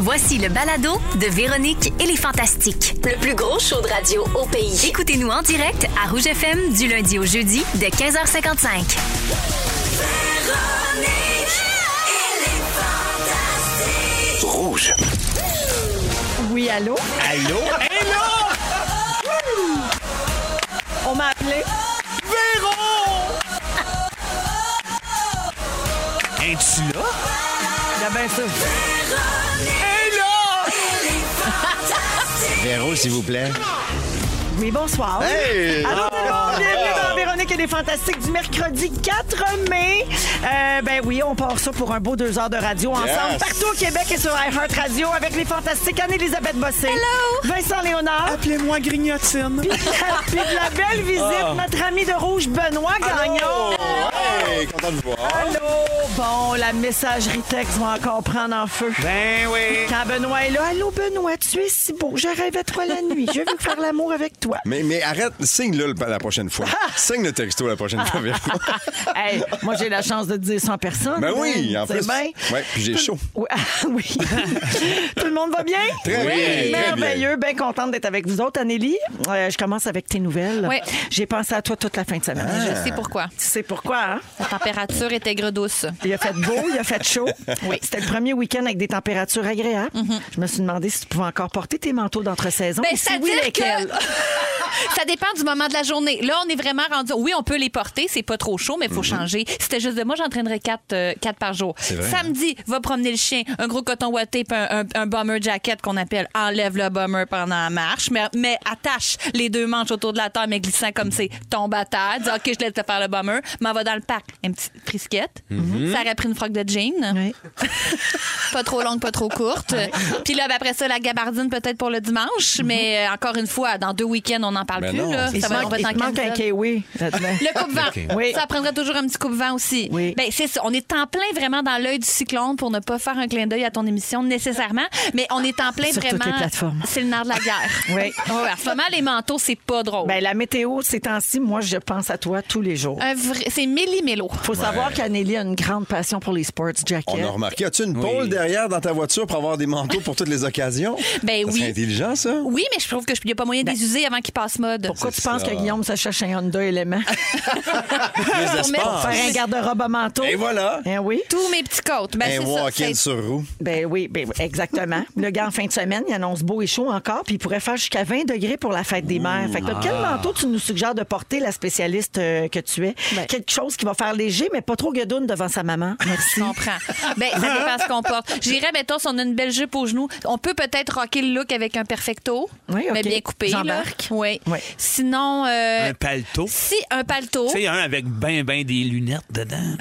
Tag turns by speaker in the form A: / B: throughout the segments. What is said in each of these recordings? A: Voici le balado de Véronique et les Fantastiques.
B: Le plus gros show de radio au pays.
A: Écoutez-nous en direct à Rouge FM du lundi au jeudi de 15h55.
C: Rouge.
D: Oui, allô?
C: Allô? Hello!
D: On m'a appelé.
C: Véro! Es-tu là?
D: Ah ben ça.
C: Hello! Véro, s'il vous plaît.
D: Oui, bonsoir.
C: Hey! Ah!
D: Allô tout le monde, bienvenue dans Véronique et les Fantastiques du mercredi 4 mai. Euh, ben oui, on part ça pour un beau deux heures de radio ensemble
C: Yes.
D: partout au Québec et sur iHeart Radio avec les Fantastiques Anne-Élisabeth Bossé. Vincent Léonard.
E: Appelez-moi Grignotine.
D: Puis de la belle visite, notre ami de rouge, Benoît Gagnon.
C: Hey, content de vous voir.
D: Allô? Bon, la messagerie texte va encore prendre en feu.
E: Ben oui.
D: Quand Benoît est là, allô Benoît, tu es si beau, je rêve à toi la nuit, je veux faire l'amour avec toi.
C: Mais, mais arrête, signe-le le- la prochaine fois.
D: Ah!
C: Signe le texto la prochaine fois, Véro.
D: Hey, moi, j'ai la chance de te dire 100 personnes.
C: Ben oui,
D: hein,
C: en
D: Ah! c'est
C: plus.
D: bien.
C: Ouais, puis j'ai chaud.
D: Oui. ah, oui. Tout le monde va bien?
C: Très bien, très bien.
D: Merveilleux, bien contente d'être avec vous autres. Anélie, euh, je commence avec tes nouvelles.
F: Ouais.
D: J'ai pensé à toi toute la fin de semaine.
C: Ah.
F: Je sais pourquoi.
D: Tu sais pourquoi, hein?
F: La température était douce.
D: Il a fait beau, il a fait chaud. C'était le premier week-end avec des températures agréables. Je me suis demandé si tu pouvais encore porter tes manteaux d'entre-saison.
F: Mm-hmm. Ben,
D: Et si
F: ça
D: oui,
F: dire
D: lesquels?
F: que ça dépend du moment de la journée. Là, on est vraiment rendu. Oui, on peut les porter, c'est pas trop chaud, mais il faut changer. C'était juste de moi, j'entraînerais quatre, euh, quatre par jour.
C: vrai.
F: Samedi, va promener le chien, un gros coton ouaté, puis un, un, un bomber jacket qu'on appelle enlève le bomber pendant la marche, mais, mais attache les deux manches autour de la table, mais glissant comme c'est tombe à terre, dis OK, je laisse te faire le bomber, m'en va dans le parc, une petite frisquette. Ça aurait pris une froc de jean.
D: Oui.
F: pas trop longue, pas trop courte. Puis là, ben, après ça, la gabardine peut-être pour le dimanche,
D: Mhm.
F: mais euh, encore une fois, dans deux week-ends, on n'en parle
C: Ben
F: plus.
C: non,
F: là.
C: c'est
D: Il
F: Ça va,
D: manque-
F: on va
D: il
F: t'en
D: te manque un
F: candidat.
D: kiwi là-dedans.
F: le coupe-vent.
D: Oui.
F: Ça prendrait toujours un petit coupe-vent aussi.
D: Oui.
F: Ben, c'est ça. On est en plein vraiment dans l'œil du cyclone pour ne pas faire un clin d'œil à ton émission nécessairement, mais on est en plein
D: Sur toutes
F: vraiment.
D: les plateformes.
F: C'est le nerf de la guerre. Ah
D: Oui.
F: Ouais, en ce moment, les manteaux, c'est pas drôle.
D: Ben, la météo, ces temps-ci, moi, je pense à toi tous les jours.
F: Un vrai- C'est méli-mélo.
D: faut savoir qu'Anélie a une grande passion pour les sports
C: On a
D: jackets.
C: remarqué, as-tu une pole derrière dans ta voiture pour avoir des manteaux pour toutes les occasions?
F: Ben
C: Ça
F: oui.
C: serait intelligent, ça?
F: Oui, mais je trouve qu'il n'y a pas moyen de
D: Ben,
F: les user avant qu'ils passent mode.
D: Pourquoi tu
C: C'est
D: penses
C: ça.
D: que Guillaume se cherche un Honda élément?
C: Plus d'espace.
D: Faire un garde-robe à manteau.
C: Et voilà.
D: Hein, oui.
F: Tous mes petits côtes. Ben,
C: Un
F: c'est ça.
C: walk-in
F: C'est-
C: sur roue.
D: Ben oui, ben oui, exactement. Le gars, en fin de semaine, il annonce beau et chaud encore, puis il pourrait faire jusqu'à 20 degrés pour la fête des mères. Fait que là, quel
C: Ah.
D: manteau tu nous suggères de porter, la spécialiste euh, que tu es?
F: Ben.
D: Quelque chose qui va faire léger, mais pas trop guedoune devant sa maman. Merci.
F: Je comprends. Ben, ça dépend ce qu'on porte. J'irais, mettons, si on a une belle jupe aux genoux, on peut peut-être rocker le look avec un perfecto,
D: Oui, ok.
F: mais bien coupé. là.
D: J'embarque.
F: Oui.
D: Oui.
F: Sinon, euh,
E: Un paletot. Tu
F: si un paletot.
E: sais, un avec ben, ben des lunettes dedans.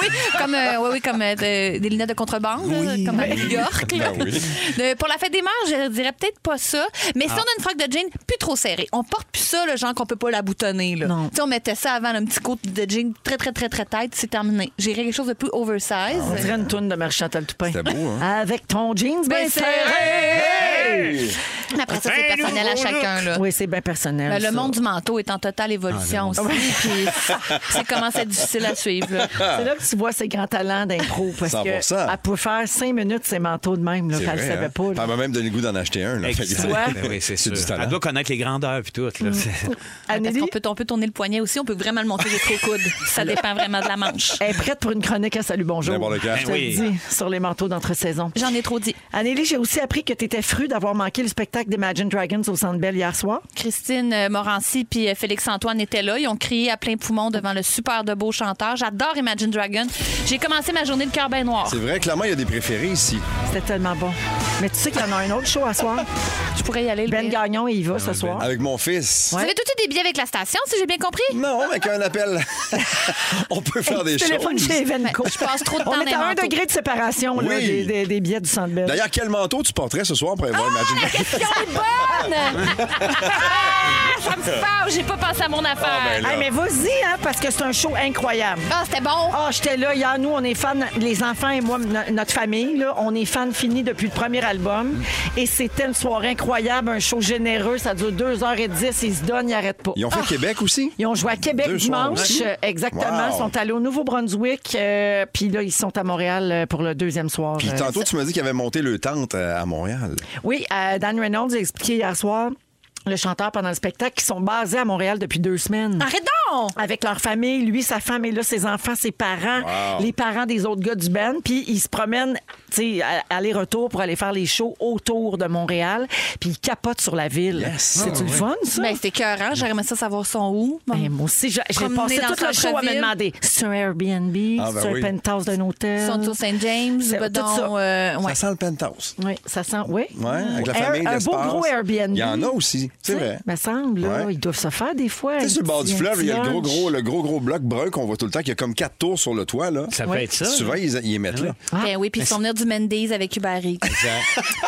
F: oui, comme, euh, oui, oui, comme euh, de- des lunettes de contrebande, là, comme à New York. là.
C: Ben oui.
F: De- pour la fête des mères, je dirais peut-être pas ça. Mais
C: Ah.
F: si on a une froc de jean plus trop serrée, on porte plus ça, le genre qu'on peut pas la boutonner. Là.
D: Non.
F: Tu sais, on mettait ça avant, un petit coat de jean très, très, très, très tête, c'est terminé. J'irais quelque chose de plus oversize.
D: On dirait une toune de Marie-Chantal Toupin.
C: C'était beau, hein?
D: Avec ton jeans
F: Ben,
D: bien
F: c'est-
D: serré.
F: Mais Après ça, c'est
E: Un
F: personnel à
E: nouveau
F: chacun. Là.
D: Oui, c'est bien personnel.
F: Ben,
D: ça. Ah,
F: le monde du manteau est en totale évolution aussi. puis ça commence à être difficile à suivre. là.
C: Ah.
D: C'est là que tu vois ses grands talents d'impro. Parce
C: 100%.
D: que elle pouvait faire cinq minutes ses manteaux de même, là,
C: C'est
D: quand elle
C: vrai,
D: savait
C: hein?
D: pas. là.
C: Elle m'a même donné le goût d'en acheter un. Là.
E: Exact.
D: vois?
E: Ben oui, c'est
C: C'est
E: sûr.
C: du talent.
E: Elle doit connaître les grandeurs puis tout. Là.
F: Parce
D: Anneli
F: qu'on peut, on peut tourner le poignet aussi, on peut vraiment le monter jusqu'au coude. Ça dépend vraiment de la manche.
D: est prête pour une chronique à Salut Bonjour.
C: N'importe lequel.
D: Je te
E: Ben oui.
D: le dis, sur les manteaux d'entre-saison.
F: J'en ai trop dit.
D: Anneli, j'ai aussi appris que tu étais fru d'avoir manqué le spectacle d'Imagine Dragons au Centre Bell hier soir.
F: Christine euh, Morancy puis euh, Félix-Antoine étaient là. Ils ont crié à plein poumon devant le super de beau chanteur. J'adore Imagine Dragon. J'ai commencé ma journée de cœur bien noir.
C: C'est vrai, clairement, il y a des préférés ici.
D: C'était tellement bon. Mais tu sais qu'il y en a un autre show à soir.
F: Je pourrais y aller. le
D: Ben
F: pire.
D: Gagnon, il y va ce soir.
C: Avec mon fils.
F: Vous avez tout de suite des billets avec la station, si j'ai bien compris?
C: Non, mais qu'un appel. On peut faire des
D: Téléphone
C: choses.
D: chez Evenco.
F: Ouais, Ben, je passe trop de temps
D: On
F: dans
D: est
F: les
D: à un
F: manteaux.
D: degré de séparation là,
C: Oui.
D: des, des- des billets du Centre Bell. Ah!
C: D'ailleurs, quel manteau tu porterais ce soir pour aller voir Imagine Dragons?
F: Question c'est bonne! Ah, ça me fâche, j'ai pas pensé à mon affaire.
C: ben là.
D: Hey, mais vas-y, hein, parce que c'est un show incroyable.
F: Ah, c'était bon.
D: Ah, j'étais là. Hier, nous, on est fans, les enfants et moi, no- notre famille, là, on est fans finis depuis le premier album.
C: Mm.
D: Et c'était une soirée incroyable, un show généreux. Ça dure 2h10. Ils se donnent, ils n'arrêtent pas.
C: Ils ont fait Québec aussi?
D: Ah! Ils ont joué à Québec
C: Deux soirs
D: dimanche,
C: aussi.
D: euh, exactement.
C: Wow.
D: Ils sont allés au Nouveau-Brunswick, euh, puis là, ils sont à Montréal euh, pour le deuxième soir.
C: Puis
D: euh,
C: tantôt, tu m'as dit qu'ils avaient monté le tente euh, à Montréal.
D: Oui, euh, Dan Reynolds a expliqué hier soir, le chanteur pendant le spectacle, qu'ils sont basés à Montréal depuis deux semaines.
C: Ah,
F: Arrête donc!
D: Avec leur famille, lui, sa femme et là, ses enfants, ses parents,
C: Wow.
D: les parents des autres gars du band. Puis ils se promènent, tu sais, à- aller-retour pour aller faire les shows autour de Montréal. Puis ils capotent sur la ville.
C: Ah,
D: C'est-tu le fun, ça?
F: Ben, c'était écœurant. J'aurais aimé ça savoir son où.
D: Ben, moi aussi, j'ai j'ai
F: Promener
D: passé
F: dans
D: tout
F: le
D: le show à me
F: centre-ville.
D: demander c'est un Airbnb,
C: Ah, ben
D: c'est un
C: oui.
D: penthouse d'un hôtel.
F: Ils sont au Saint James,
D: C'est-
F: ben
D: tout
F: donc,
D: ça.
F: euh, ouais.
C: Ça sent le penthouse.
D: Oui, ça sent. Oui.
C: Ouais, avec la
D: Air-
C: famille,
D: un beau
C: l'espace.
D: gros Airbnb.
C: Il y en a aussi, c'est
D: Tu sais,
C: vrai.
D: Me semble, là,
C: Ouais.
D: ils doivent se faire des fois.
C: Tu sais, sur le bord du
D: Un
C: fleuve, il y a le
D: petit
C: gros,
D: lunch.
C: gros, le gros, gros bloc brun qu'on voit tout le temps, qui a comme quatre tours sur le toit, là.
E: Ça
D: Ouais.
E: peut être ça. Ah
C: Souvent, ils, ils les mettent là.
F: Ben oui, puis ils sont venus du Mendes avec Uber Eats.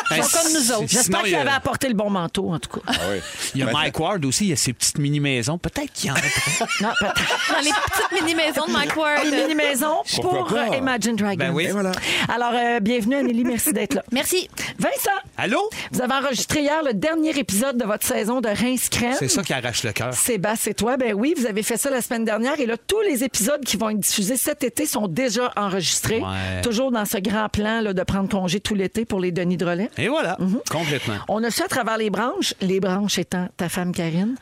D: Ben,
E: Ils
F: sont comme nous autres.
D: J'espère qu'il avait apporté le bon manteau, en tout cas.
C: Ah oui.
E: Il y a
C: Ben,
E: Mike Ward aussi, il y a ses petites mini-maisons. Peut-être qu'il y en a. pas.
D: non, peut-être.
F: Dans les petites mini-maisons de Mike Ward.
D: Une mini-maison
C: Pourquoi
D: pour
C: pas?
D: euh, Imagine Dragons.
E: Ben oui.
C: Et voilà.
D: Alors, euh, bienvenue, Anneli. Merci d'être là.
F: Merci.
D: Vincent,
E: Allô?
D: vous avez enregistré hier le dernier épisode de votre saison de Reims Crème.
E: C'est ça qui arrache le cœur.
D: Sébastien, c'est toi. Ben oui, vous avez fait ça la semaine dernière. Et là, tous les épisodes qui vont être diffusés cet été sont déjà enregistrés.
E: Ouais.
D: Toujours dans ce grand plan là, de prendre congé tout l'été pour les Denis de relais.
E: Et voilà, complètement.
D: On a su à travers les branches, les branches étant ta femme Karine,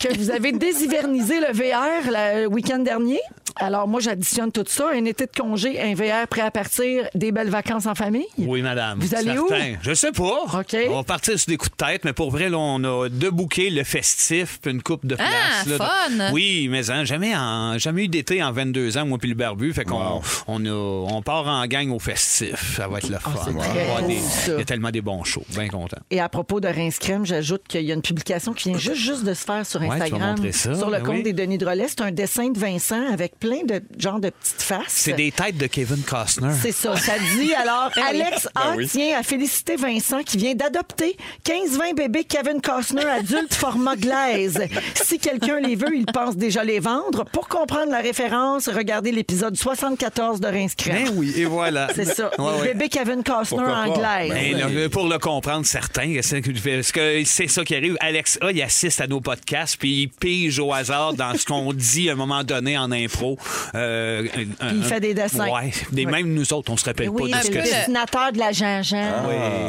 D: que vous avez déshivernisé le VR la- le week-end dernier. Alors moi, j'additionne tout ça. Un été de congé, un VR prêt à partir, des belles vacances en famille.
E: Oui, madame.
D: Vous allez où?
E: Certain. Je sais pas.
D: OK.
E: On va partir sur des coups de tête, mais pour vrai, là, on a deux bouquets, le festif, puis une coupe
D: Ah,
E: de place. là.
F: fun!
E: Oui, mais hein, jamais, en- jamais eu d'été en 22 ans, moi puis le barbu. Fait qu'on on a- on part en gang au festif. Ça va être le fun.
D: Ah, c'est
E: On va
D: très
E: avoir
D: cool,
E: des-
D: ça.
E: Il y a tellement des bons shows. Bien content.
D: Et à propos de Reims Crème, j'ajoute qu'il y a une publication qui vient juste, juste de se faire sur
E: Ouais, tu vas
D: Instagram,
E: montrer ça,
D: sur le
E: ben
D: compte
E: oui.
D: des Denis Drolet. C'est un dessin de Vincent avec plein de genres de petites faces.
E: C'est des têtes de Kevin Costner.
D: C'est ça, ça dit. Alors, Alex A
C: Eh oui.
D: tient à féliciter Vincent qui vient d'adopter 15-20 bébés Kevin Costner adultes format glaise. Si quelqu'un les veut, il pense déjà les vendre. Pour comprendre la référence, regardez l'épisode 74 de Rinscrème.
E: Ben oui, et voilà.
D: C'est ça.
E: Ouais, ouais.
D: Bébé Kevin Costner
C: Pourquoi
D: en
C: pas?
D: glaise.
E: Ben,
C: oui.
E: le- pour le comprendre, certains, c'est ce que- parce que c'est ça qui arrive. Alex A, il assiste à nos podcasts, puis il pige au hasard dans ce qu'on dit à un moment donné en impro. Euh, un-
D: il
E: un-
D: fait des dessins. Ben
E: Ouais, des mêmes nous autres, on se rappelle
D: oui,
E: pas de
D: c'est
E: ce
D: le
E: Ben que c'est.
D: dessinateur de la Jean-Jean.
C: Ah.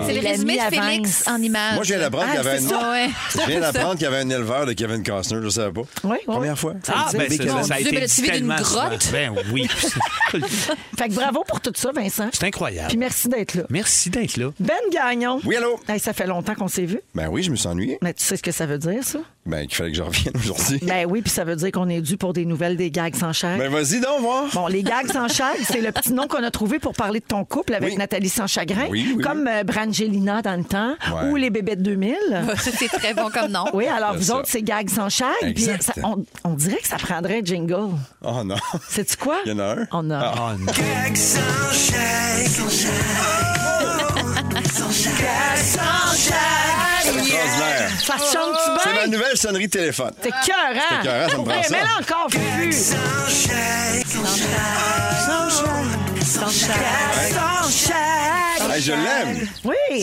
F: C'est le
D: Il a
F: résumé
D: mis
F: de
D: à
F: Félix
D: Vince.
F: en images.
C: Moi, je viens d'apprendre
D: Ah,
C: qu'il y avait
D: c'est
C: un.
D: ça,
F: ouais.
C: Je viens d'apprendre qu'il y avait un éleveur de Kevin Costner, je savais pas.
D: Oui, oui.
C: Première fois.
E: Ah, ben,
C: Bébé
E: ça,
C: Kevin.
E: ça a
F: Dieu, mais
E: été
F: là, tu
E: dit
F: vis d'une
E: tellement souvent.
F: grotte.
E: Ben oui.
D: Fait que bravo pour tout ça, Vincent.
E: C'est incroyable.
D: Puis merci d'être là.
E: Merci d'être là.
D: Ben Gagnon.
C: Oui, allô?
D: Hey, ça fait longtemps qu'on s'est vu.
C: Ben oui, je me suis ennuyé.
D: Mais tu sais ce que ça veut dire, ça?
C: Ben, qu'il fallait que je revienne aujourd'hui.
D: Ben oui, puis ça veut dire qu'on est dû pour des nouvelles des gags sans chèque.
C: Ben, vas-y donc voir.
D: Bon, les gags sans chèque, c'est le petit nom qu'on a trouvé pour parler de ton couple avec
C: Oui.
D: Nathalie sans chagrin,
C: Oui, oui,
D: comme euh, Brangelina dans le temps
C: Ouais.
D: ou les bébés de 2000.
F: Ça, c'est très bon comme nom.
D: Oui, alors
C: C'est
D: vous
C: ça.
D: autres, c'est gags sans chèque. Puis
C: Exact.
D: ça- on, on dirait que ça prendrait un jingle.
C: Oh non.
D: Sais-tu quoi?
C: Il y en a un? Ah.
D: On a.
E: Oh, non.
C: C'est extraordinaire.
D: Ça chante-tu
C: C'est
D: bien?
C: ma nouvelle sonnerie de téléphone.
D: C'est
C: C'est écœurant, ça me
D: cœurant.
C: prend ça.
D: là encore, Fufu.
C: Hey, je l'aime.
D: Oui.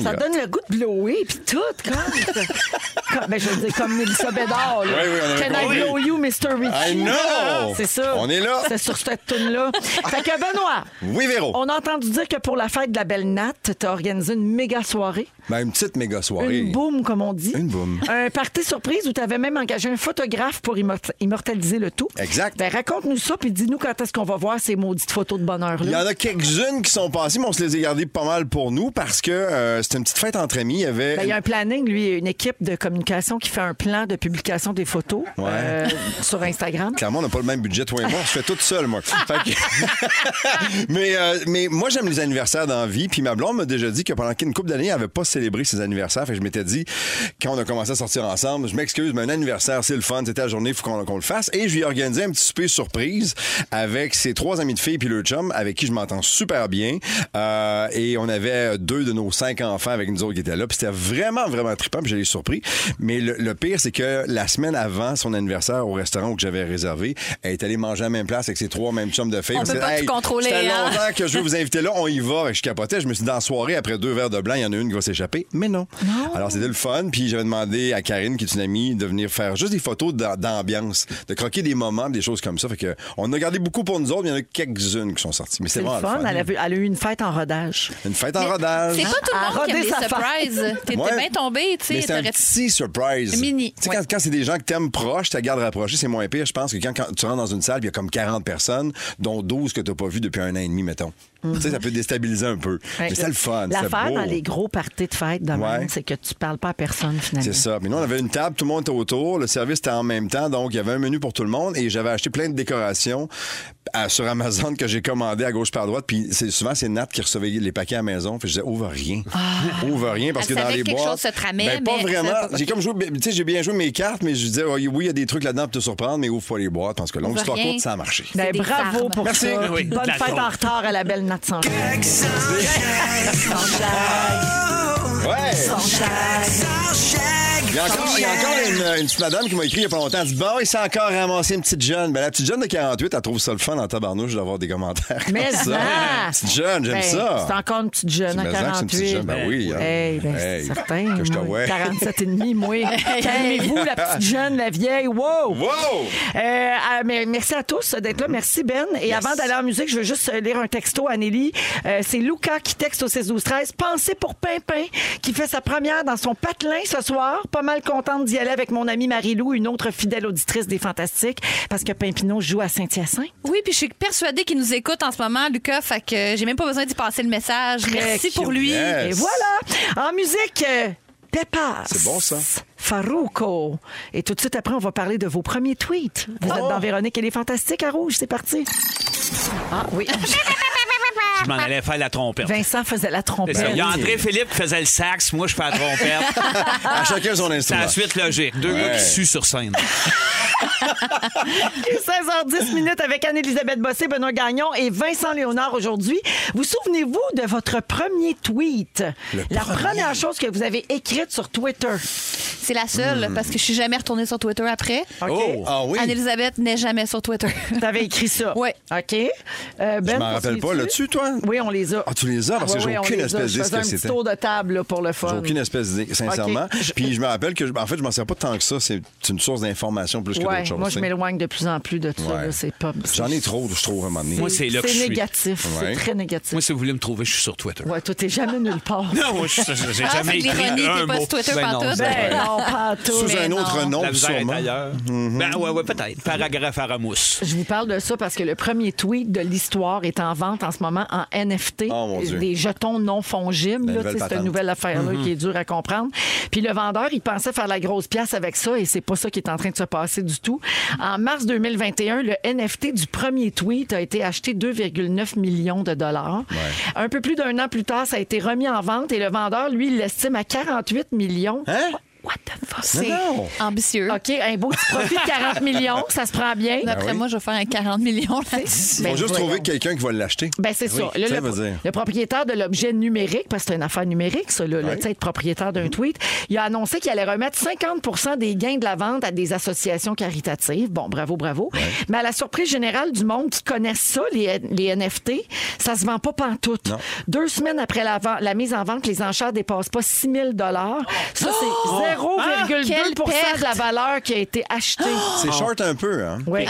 D: Ça
C: il y a-
D: donne le goût de blower, puis tout, comme. comme ben, je veux dire, comme Mélissa Bédard, là.
C: Oui, oui, on avait
D: Can I
C: compris.
D: blow you, Mr. Richie? Ah,
C: I know!
D: C'est ça.
C: On est là.
D: C'est sur cette tune-là. Fait que, Benoît,
C: Oui, Véro.
D: on a entendu dire que pour la fête de la belle natte, t'as organisé une méga soirée.
C: Ben, une petite méga soirée.
D: Une boum, comme on dit.
C: Une boum.
D: Un party surprise où t'avais même engagé un photographe pour immort- immortaliser le tout.
C: Exact.
D: Ben, raconte-nous ça, puis dis-nous quand est-ce qu'on va voir ces maudites photos de
C: Il y
D: bonheur-là.
C: en a quelques-unes qui sont passées, mais on se les a gardées pas mal pour nous parce que euh, c'était une petite fête entre amis. Il y avait.
D: Ben, il y a un planning, lui, une équipe de communication qui fait un plan de publication des photos euh, sur Instagram.
C: Clairement, on n'a pas le même budget, toi et moi. Je fais tout seul, moi. Fait que- mais, euh, mais moi, j'aime les anniversaires dans la vie. Puis ma blonde m'a déjà dit que pendant une couple d'années, elle n'avait pas célébré ses anniversaires. Fait que je m'étais dit, quand on a commencé à sortir ensemble, je m'excuse, mais un anniversaire, c'est le fun. C'était la journée, il faut qu'on qu'on le fasse. Et je lui ai organisé un petit souper surprise avec ses trois amis de filles puis leur chum, avec qui je m'entends super bien. Euh, et on avait deux de nos cinq enfants avec nous autres qui étaient là. Puis c'était vraiment, vraiment trippant, puis je l'ai surpris. Mais le, le pire, c'est que la semaine avant son anniversaire au restaurant où que j'avais réservé, elle est allée manger à la même place avec ses trois mêmes chums de filles.
F: On peut
C: C'est-
F: pas tout contrôler,
C: Ça fait
F: hein?
C: longtemps que je veux vous inviter là, on y va. Fait que Je capotais, je me suis dit, dans la soirée, après deux verres de blanc, il y en a une qui va s'échapper. Mais non. Alors c'était le fun, puis j'avais demandé à Karine, qui est une amie, de venir faire juste des photos d'a- d'ambiance, de croquer des moments, des choses comme ça. Fait que on a gardé beaucoup pour nous autres, mais il y en a quelques-unes qui sont sorties. Mais c'est
D: C'est le
C: vraiment
D: fun. Elle a, vu- elle a eu une fête en rodage.
C: une fête en rodage.
F: C'est pas tout
D: À
F: le monde qui aime
D: roder
F: des
D: sa femme.
F: surprises. T'es
C: Ouais.
F: t'es bien tombé, tu
C: Mais
F: sais.
C: c'est un
F: t'aurais-
C: petit surprise.
F: Mini,
C: Tu sais,
F: ouais.
C: quand, quand c'est des gens que t'aimes proches, ta garde rapprochée, c'est moins pire, je pense, que quand, quand tu rentres dans une salle, puis il y a comme 40 personnes, dont 12 que t'as pas vu depuis un an et demi, mettons.
F: Mm.
C: Tu sais, ça peut déstabiliser un peu. Mais c'est le fun. c'est
D: L'affaire
C: beau.
D: dans les gros parties de fête de
C: Ouais.
D: même, c'est que tu parles pas à personne finalement.
C: C'est ça. Mais nous, on avait une table, tout le monde était autour, le service était en même temps, donc il y avait un menu pour tout le monde et j'avais acheté plein de décorations à- sur Amazon que j'ai commandé à gauche par droite. Puis c'est, souvent, c'est Nat qui recevait les paquets à la maison. Puis je disais, ouvre rien. Ouvre rien parce
F: Ah.
C: que
F: Elle
C: dans
F: savait
C: les
F: que quelque
C: boîtes.
F: chose se tramait,
C: ben, pas
F: mais
C: vraiment.
F: ça-
C: J'ai comme joué, ben, tu sais, j'ai bien joué mes cartes, mais je disais, oh, oui, oui, il y a des trucs là-dedans pour te surprendre, mais ouvre pas les boîtes parce que longue
F: Ouvre
C: histoire
F: rien.
C: courte, ça a marché.
D: Ben,
F: C'est des
D: bravo
F: armes.
D: pour
E: Merci.
D: ça.
E: Oui,
D: Bonne
E: de la
D: fête
E: drôle.
D: en retard à la belle Nat Sanchez.
F: Ben,
C: Ouais! Il y a encore, il y a encore une, une petite madame qui m'a écrit il y a pas longtemps. Elle dit Bon, il s'est encore ramassé une petite jeune. Ben, la petite jeune de 48, elle trouve ça le fun en tabarnouche d'avoir des commentaires. comme
D: Mais
C: ça.
D: ah!
C: Petite jeune, j'aime
D: Ben,
C: ça.
D: C'est encore une petite jeune à
C: Mais ça, c'est une
D: 48.
C: petite jeune, ben oui, hein.
D: Hey, ben,
C: Hey,
D: c'est certain.
C: que je te
D: moi,
C: vois.
D: 47 et demi, moi. Calmez-vous, la petite jeune, la vieille. Wow!
C: Wow!
D: Euh, ah, mais merci à tous d'être là. Merci, Ben. Et avant d'aller en musique, je veux juste lire un texto à Nelly. Euh, c'est Luca qui texte au 16 12 13 Pensez pour Pimpin, qui fait sa première dans son patelin ce soir. Pas mal contente d'y aller avec mon amie Marie-Lou, une autre fidèle auditrice des Fantastiques, parce que Pimpinot joue à Saint-Hyacinthe.
F: Oui, puis je suis persuadée qu'il nous écoute en ce moment, Lucas. Fait que j'ai même pas besoin d'y passer le message. Merci
D: cute.
F: pour lui.
C: Yeah.
D: Et
C: Yes.
D: voilà. En musique, euh, Peppas.
C: C'est bon, ça.
D: Farouco. Et tout de suite après, on va parler de vos premiers tweets.
C: Oh.
D: Vous êtes dans Véronique et les Fantastiques à Rouge. C'est parti. Ah oui.
E: Je m'en allais faire la trompette.
D: Vincent faisait la
E: C'est
D: trompette.
E: ça. Il y a André
C: oui.
E: Philippe qui faisait le sax, moi je fais la trompette.
D: Ah!
C: À chacun son
E: C'est
C: instrument.
E: la suite logique. Deux
C: Ouais.
E: gars qui suent sur scène.
D: 16h10 minutes avec Anne-Elisabeth Bossé, Benoît Gagnon et Vincent Léonard aujourd'hui. Vous souvenez-vous de votre premier tweet?
C: Le
D: la
C: premier.
D: première chose que vous avez écrite sur Twitter.
F: C'est la seule, parce que je suis jamais retournée sur Twitter après.
D: OK?
C: Oh! Mm. Ah oui?
F: Anne-Elisabeth n'est jamais sur Twitter.
D: T'avais écrit ça.
F: Oui.
D: OK. Euh, ben,
C: Je m'en rappelle pas.
D: poursuis-tu?
C: L'as-tu, toi?
D: Oui, on les a.
C: Ah, tu les as? Parce que j'ai
D: oui, on
C: aucune
D: les a.
C: espèce
D: Je
C: d'idée ce
D: faisais
C: que
D: un petit
C: c'était.
D: tour de table là, pour le
C: J'ai
D: fun.
C: aucune espèce d'idée, sincèrement.
D: Ok. Je-
C: Puis je me rappelle que, je- en fait, je m'en sers pas tant que ça. C'est une source d'information plus que
D: Ouais,
C: d'autres choses.
D: moi,
C: tu
D: je
C: sais.
D: m'éloigne de plus en plus de tout ça.
C: Ouais.
D: là, C'est pas.
C: J'en ai trop, je trouve, à un moment donné.
E: Moi, c'est là que je
D: C'est
E: suis.
D: négatif.
C: Ouais.
D: C'est très négatif.
E: Moi, si vous voulez me trouver, je suis sur Twitter.
D: Ouais, toi, t'es jamais nulle part.
E: Non, moi, je- je- j'ai
F: Ah,
E: jamais
F: fait que
E: écrit
F: l'ironie, t'es
E: un
F: pas
E: mot.
F: sur Twitter
E: Ben non,
F: pantoute.
E: c'est vrai.
D: Ben non, pas à tout.
C: Sous
F: Mais
C: un autre
F: non.
C: nom,
E: La misère est
C: sûrement. Mm-hmm.
E: ailleurs. Ben ouais, ouais, peut-être. Paragraphe à ramousse.
D: Je vous parle de ça parce que le premier tweet de l'histoire est en vente en ce moment en NFT.
C: Oh, mon Dieu.
D: Des jetons non fongibles.
C: La
D: là, tu sais, C'est
C: nouvelle
D: une
C: patente. Mm-hmm.
D: nouvelle affaire-là qui est dure à comprendre. Puis le vendeur, il pensait faire la grosse pièce avec ça et c'est pas ça qui est en train de se passer du tout. En mars 2021, le NFT du premier tweet a été acheté 2,9 millions de dollars. Un peu plus d'un an plus tard, ça a été remis en vente et le vendeur, lui, il l'estime à 48 millions.
C: Hein?
D: What the fuck?
C: Mais
D: C'est-
C: non!
F: Ambitieux.
D: OK, un beau petit profit de 40 millions, ça se prend bien.
F: D'après
C: Ben oui.
F: moi, je vais faire un 40 millions là-dessus.
C: Ils
D: Ben,
C: vont juste
D: voyons.
C: trouver quelqu'un qui va l'acheter.
D: Ben c'est ça. Là,
C: ça
D: le,
C: veut dire.
D: le propriétaire de l'objet numérique, parce que c'est une affaire numérique, ça, là, là,
C: Oui. Mhm.
D: tu sais, être propriétaire d'un tweet, il a annoncé qu'il allait remettre 50 des gains de la vente à des associations caritatives. Bon, bravo, bravo. Mais à la surprise générale du monde qui connaît ça, les, les NFT, ça se vend pas pantoute.
C: Non.
D: Deux semaines après la, vente- la mise en vente, les enchères dépassent pas 6 000 Ça, c'est 0,2
F: Quelle perte!
D: de la valeur qui a été achetée.
C: C'est short un peu, hein?
D: Ah Oui. Ouais.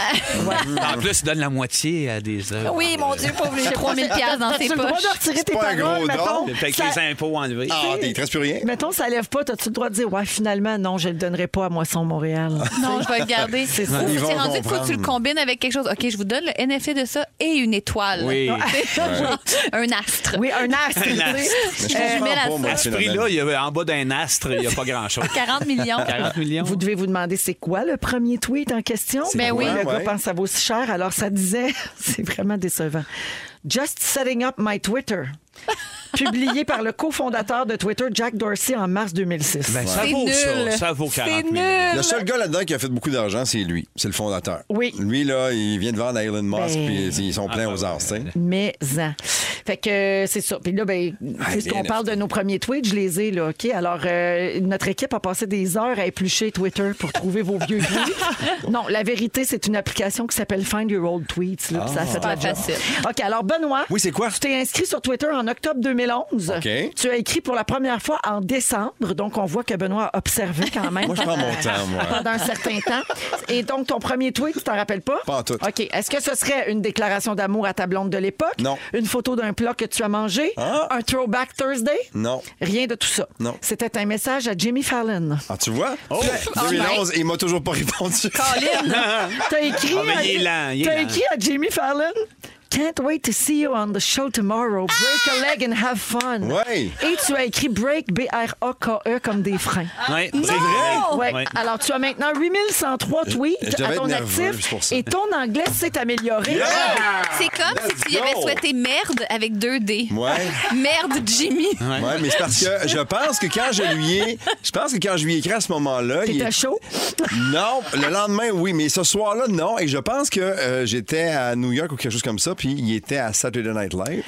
C: Mm-hmm.
E: En plus, il donne la moitié à des œuvres. Euh,
F: Oui, mon Dieu, pauvre lui. 3000 piastres dans ses
D: T'as-tu le droit de
F: poches.
D: retirer tes
C: pas un gros
D: paroles,
C: don.
D: mettons?
E: Fait que
D: Ça-
E: les impôts enlevés.
C: Ah, t'es- il te reste plus rien.
D: Mettons, ça lève pas, t'as-tu le droit de dire, ouais, finalement, non, je le donnerai pas à Moisson Montréal.
F: Non, je vais le garder. C'est
D: ça.
C: Ils vont
F: rendu qu'il faut que tu le
C: comprendre.
F: combines avec quelque chose. OK, je vous donne le NFT de ça et une étoile.
E: Oui.
F: un astre.
D: oui, un astre. tu sais.
C: Mais je
F: Euh,
C: comprends
F: mais la-
C: pas, moi,
E: À
C: le
E: ce
C: phénomène.
E: prix-là, il y a- en bas d'un astre, il n'y a pas grand-chose.
F: 40 millions.
E: 40 millions.
D: Vous devez vous demander c'est quoi le premier tweet en question.
F: Ben quoi? oui.
D: le gars
C: Ouais.
D: pense que ça vaut si cher. Alors ça disait, c'est vraiment décevant. Just setting up my Twitter. Publié par le cofondateur de Twitter, Jack Dorsey, en mars 2006.
E: Ben, ça
F: C'est
E: vaut
F: nul.
E: ça. Ça vaut 40
F: C'est
E: 000.
C: Le
F: nul.
C: seul gars là-dedans qui a fait beaucoup d'argent, c'est lui. C'est le fondateur.
D: Oui.
C: Lui, là, il vient de vendre à Elon Musk,
D: Ben-
E: Ah, ben.
C: puis ils sont pleins aux arts, tu sais.
D: Mais en. Fait que euh, c'est ça. Puis là, ben, puisqu'on
C: bien,
D: parle de nos premiers tweets, je les ai, là, OK? Alors, euh, notre équipe a passé des heures à éplucher Twitter pour trouver vos vieux tweets. Non, la vérité, c'est une application qui s'appelle Find Your Old Tweets. Là, puis ça a fait la
F: Pas
D: job.
F: facile.
D: OK, alors, Benoît.
C: Ah. Oui, c'est quoi?
D: Tu t'es inscrit sur Twitter en octobre 2011.
C: OK.
D: Tu as écrit pour la première fois en décembre. Donc, on voit que Benoît a observé quand même.
C: Moi, je prends mon temps, moi.
D: Pendant un certain temps. Et donc, ton premier tweet, tu t'en rappelles pas?
C: Pas en tout.
D: OK. Est-ce que ce serait une déclaration d'amour à ta blonde de l'époque?
C: Non.
D: Une photo d'un plat que tu as mangé?
C: Ah.
D: Un throwback Thursday?
C: Non.
D: Rien de tout ça.
C: Non.
D: C'était un message à Jimmy Fallon.
C: Ah, tu vois?
E: Oh!
D: ben.
C: Ouais, 2011, il m'a toujours pas répondu.
D: T'as écrit,
E: Ah, mais
D: à-
E: il est lent, il est
D: t'as
E: lent.
D: écrit à Jimmy Fallon? Can't wait to see you on the show tomorrow. Break a leg and have fun.
C: Ouais.
D: Et tu as écrit break, B-R-A-K-E, E, comme des freins.
E: Ouais.
C: C'est vrai?
D: Ouais.
E: Oh. Ouais.
F: Ah.
D: Alors, tu as maintenant 8103
C: Je
D: tweets
C: devais
D: à
C: être
D: ton
C: nerveux
D: actif
C: pour ça.
D: et ton anglais s'est amélioré.
C: Ah!
F: C'est comme
C: Let's
F: si tu y avais
C: go.
F: souhaité merde avec deux D.
C: Ouais.
F: Merde, Jimmy.
C: Ouais, mais c'est parce que je pense que quand je lui ai, je pense que quand je lui ai écrit à ce moment-là, il
D: T'étais chaud?
C: non, le lendemain oui, mais ce soir-là non, et je pense que euh, j'étais à New York ou quelque chose comme ça, puis il était à Saturday Night Live,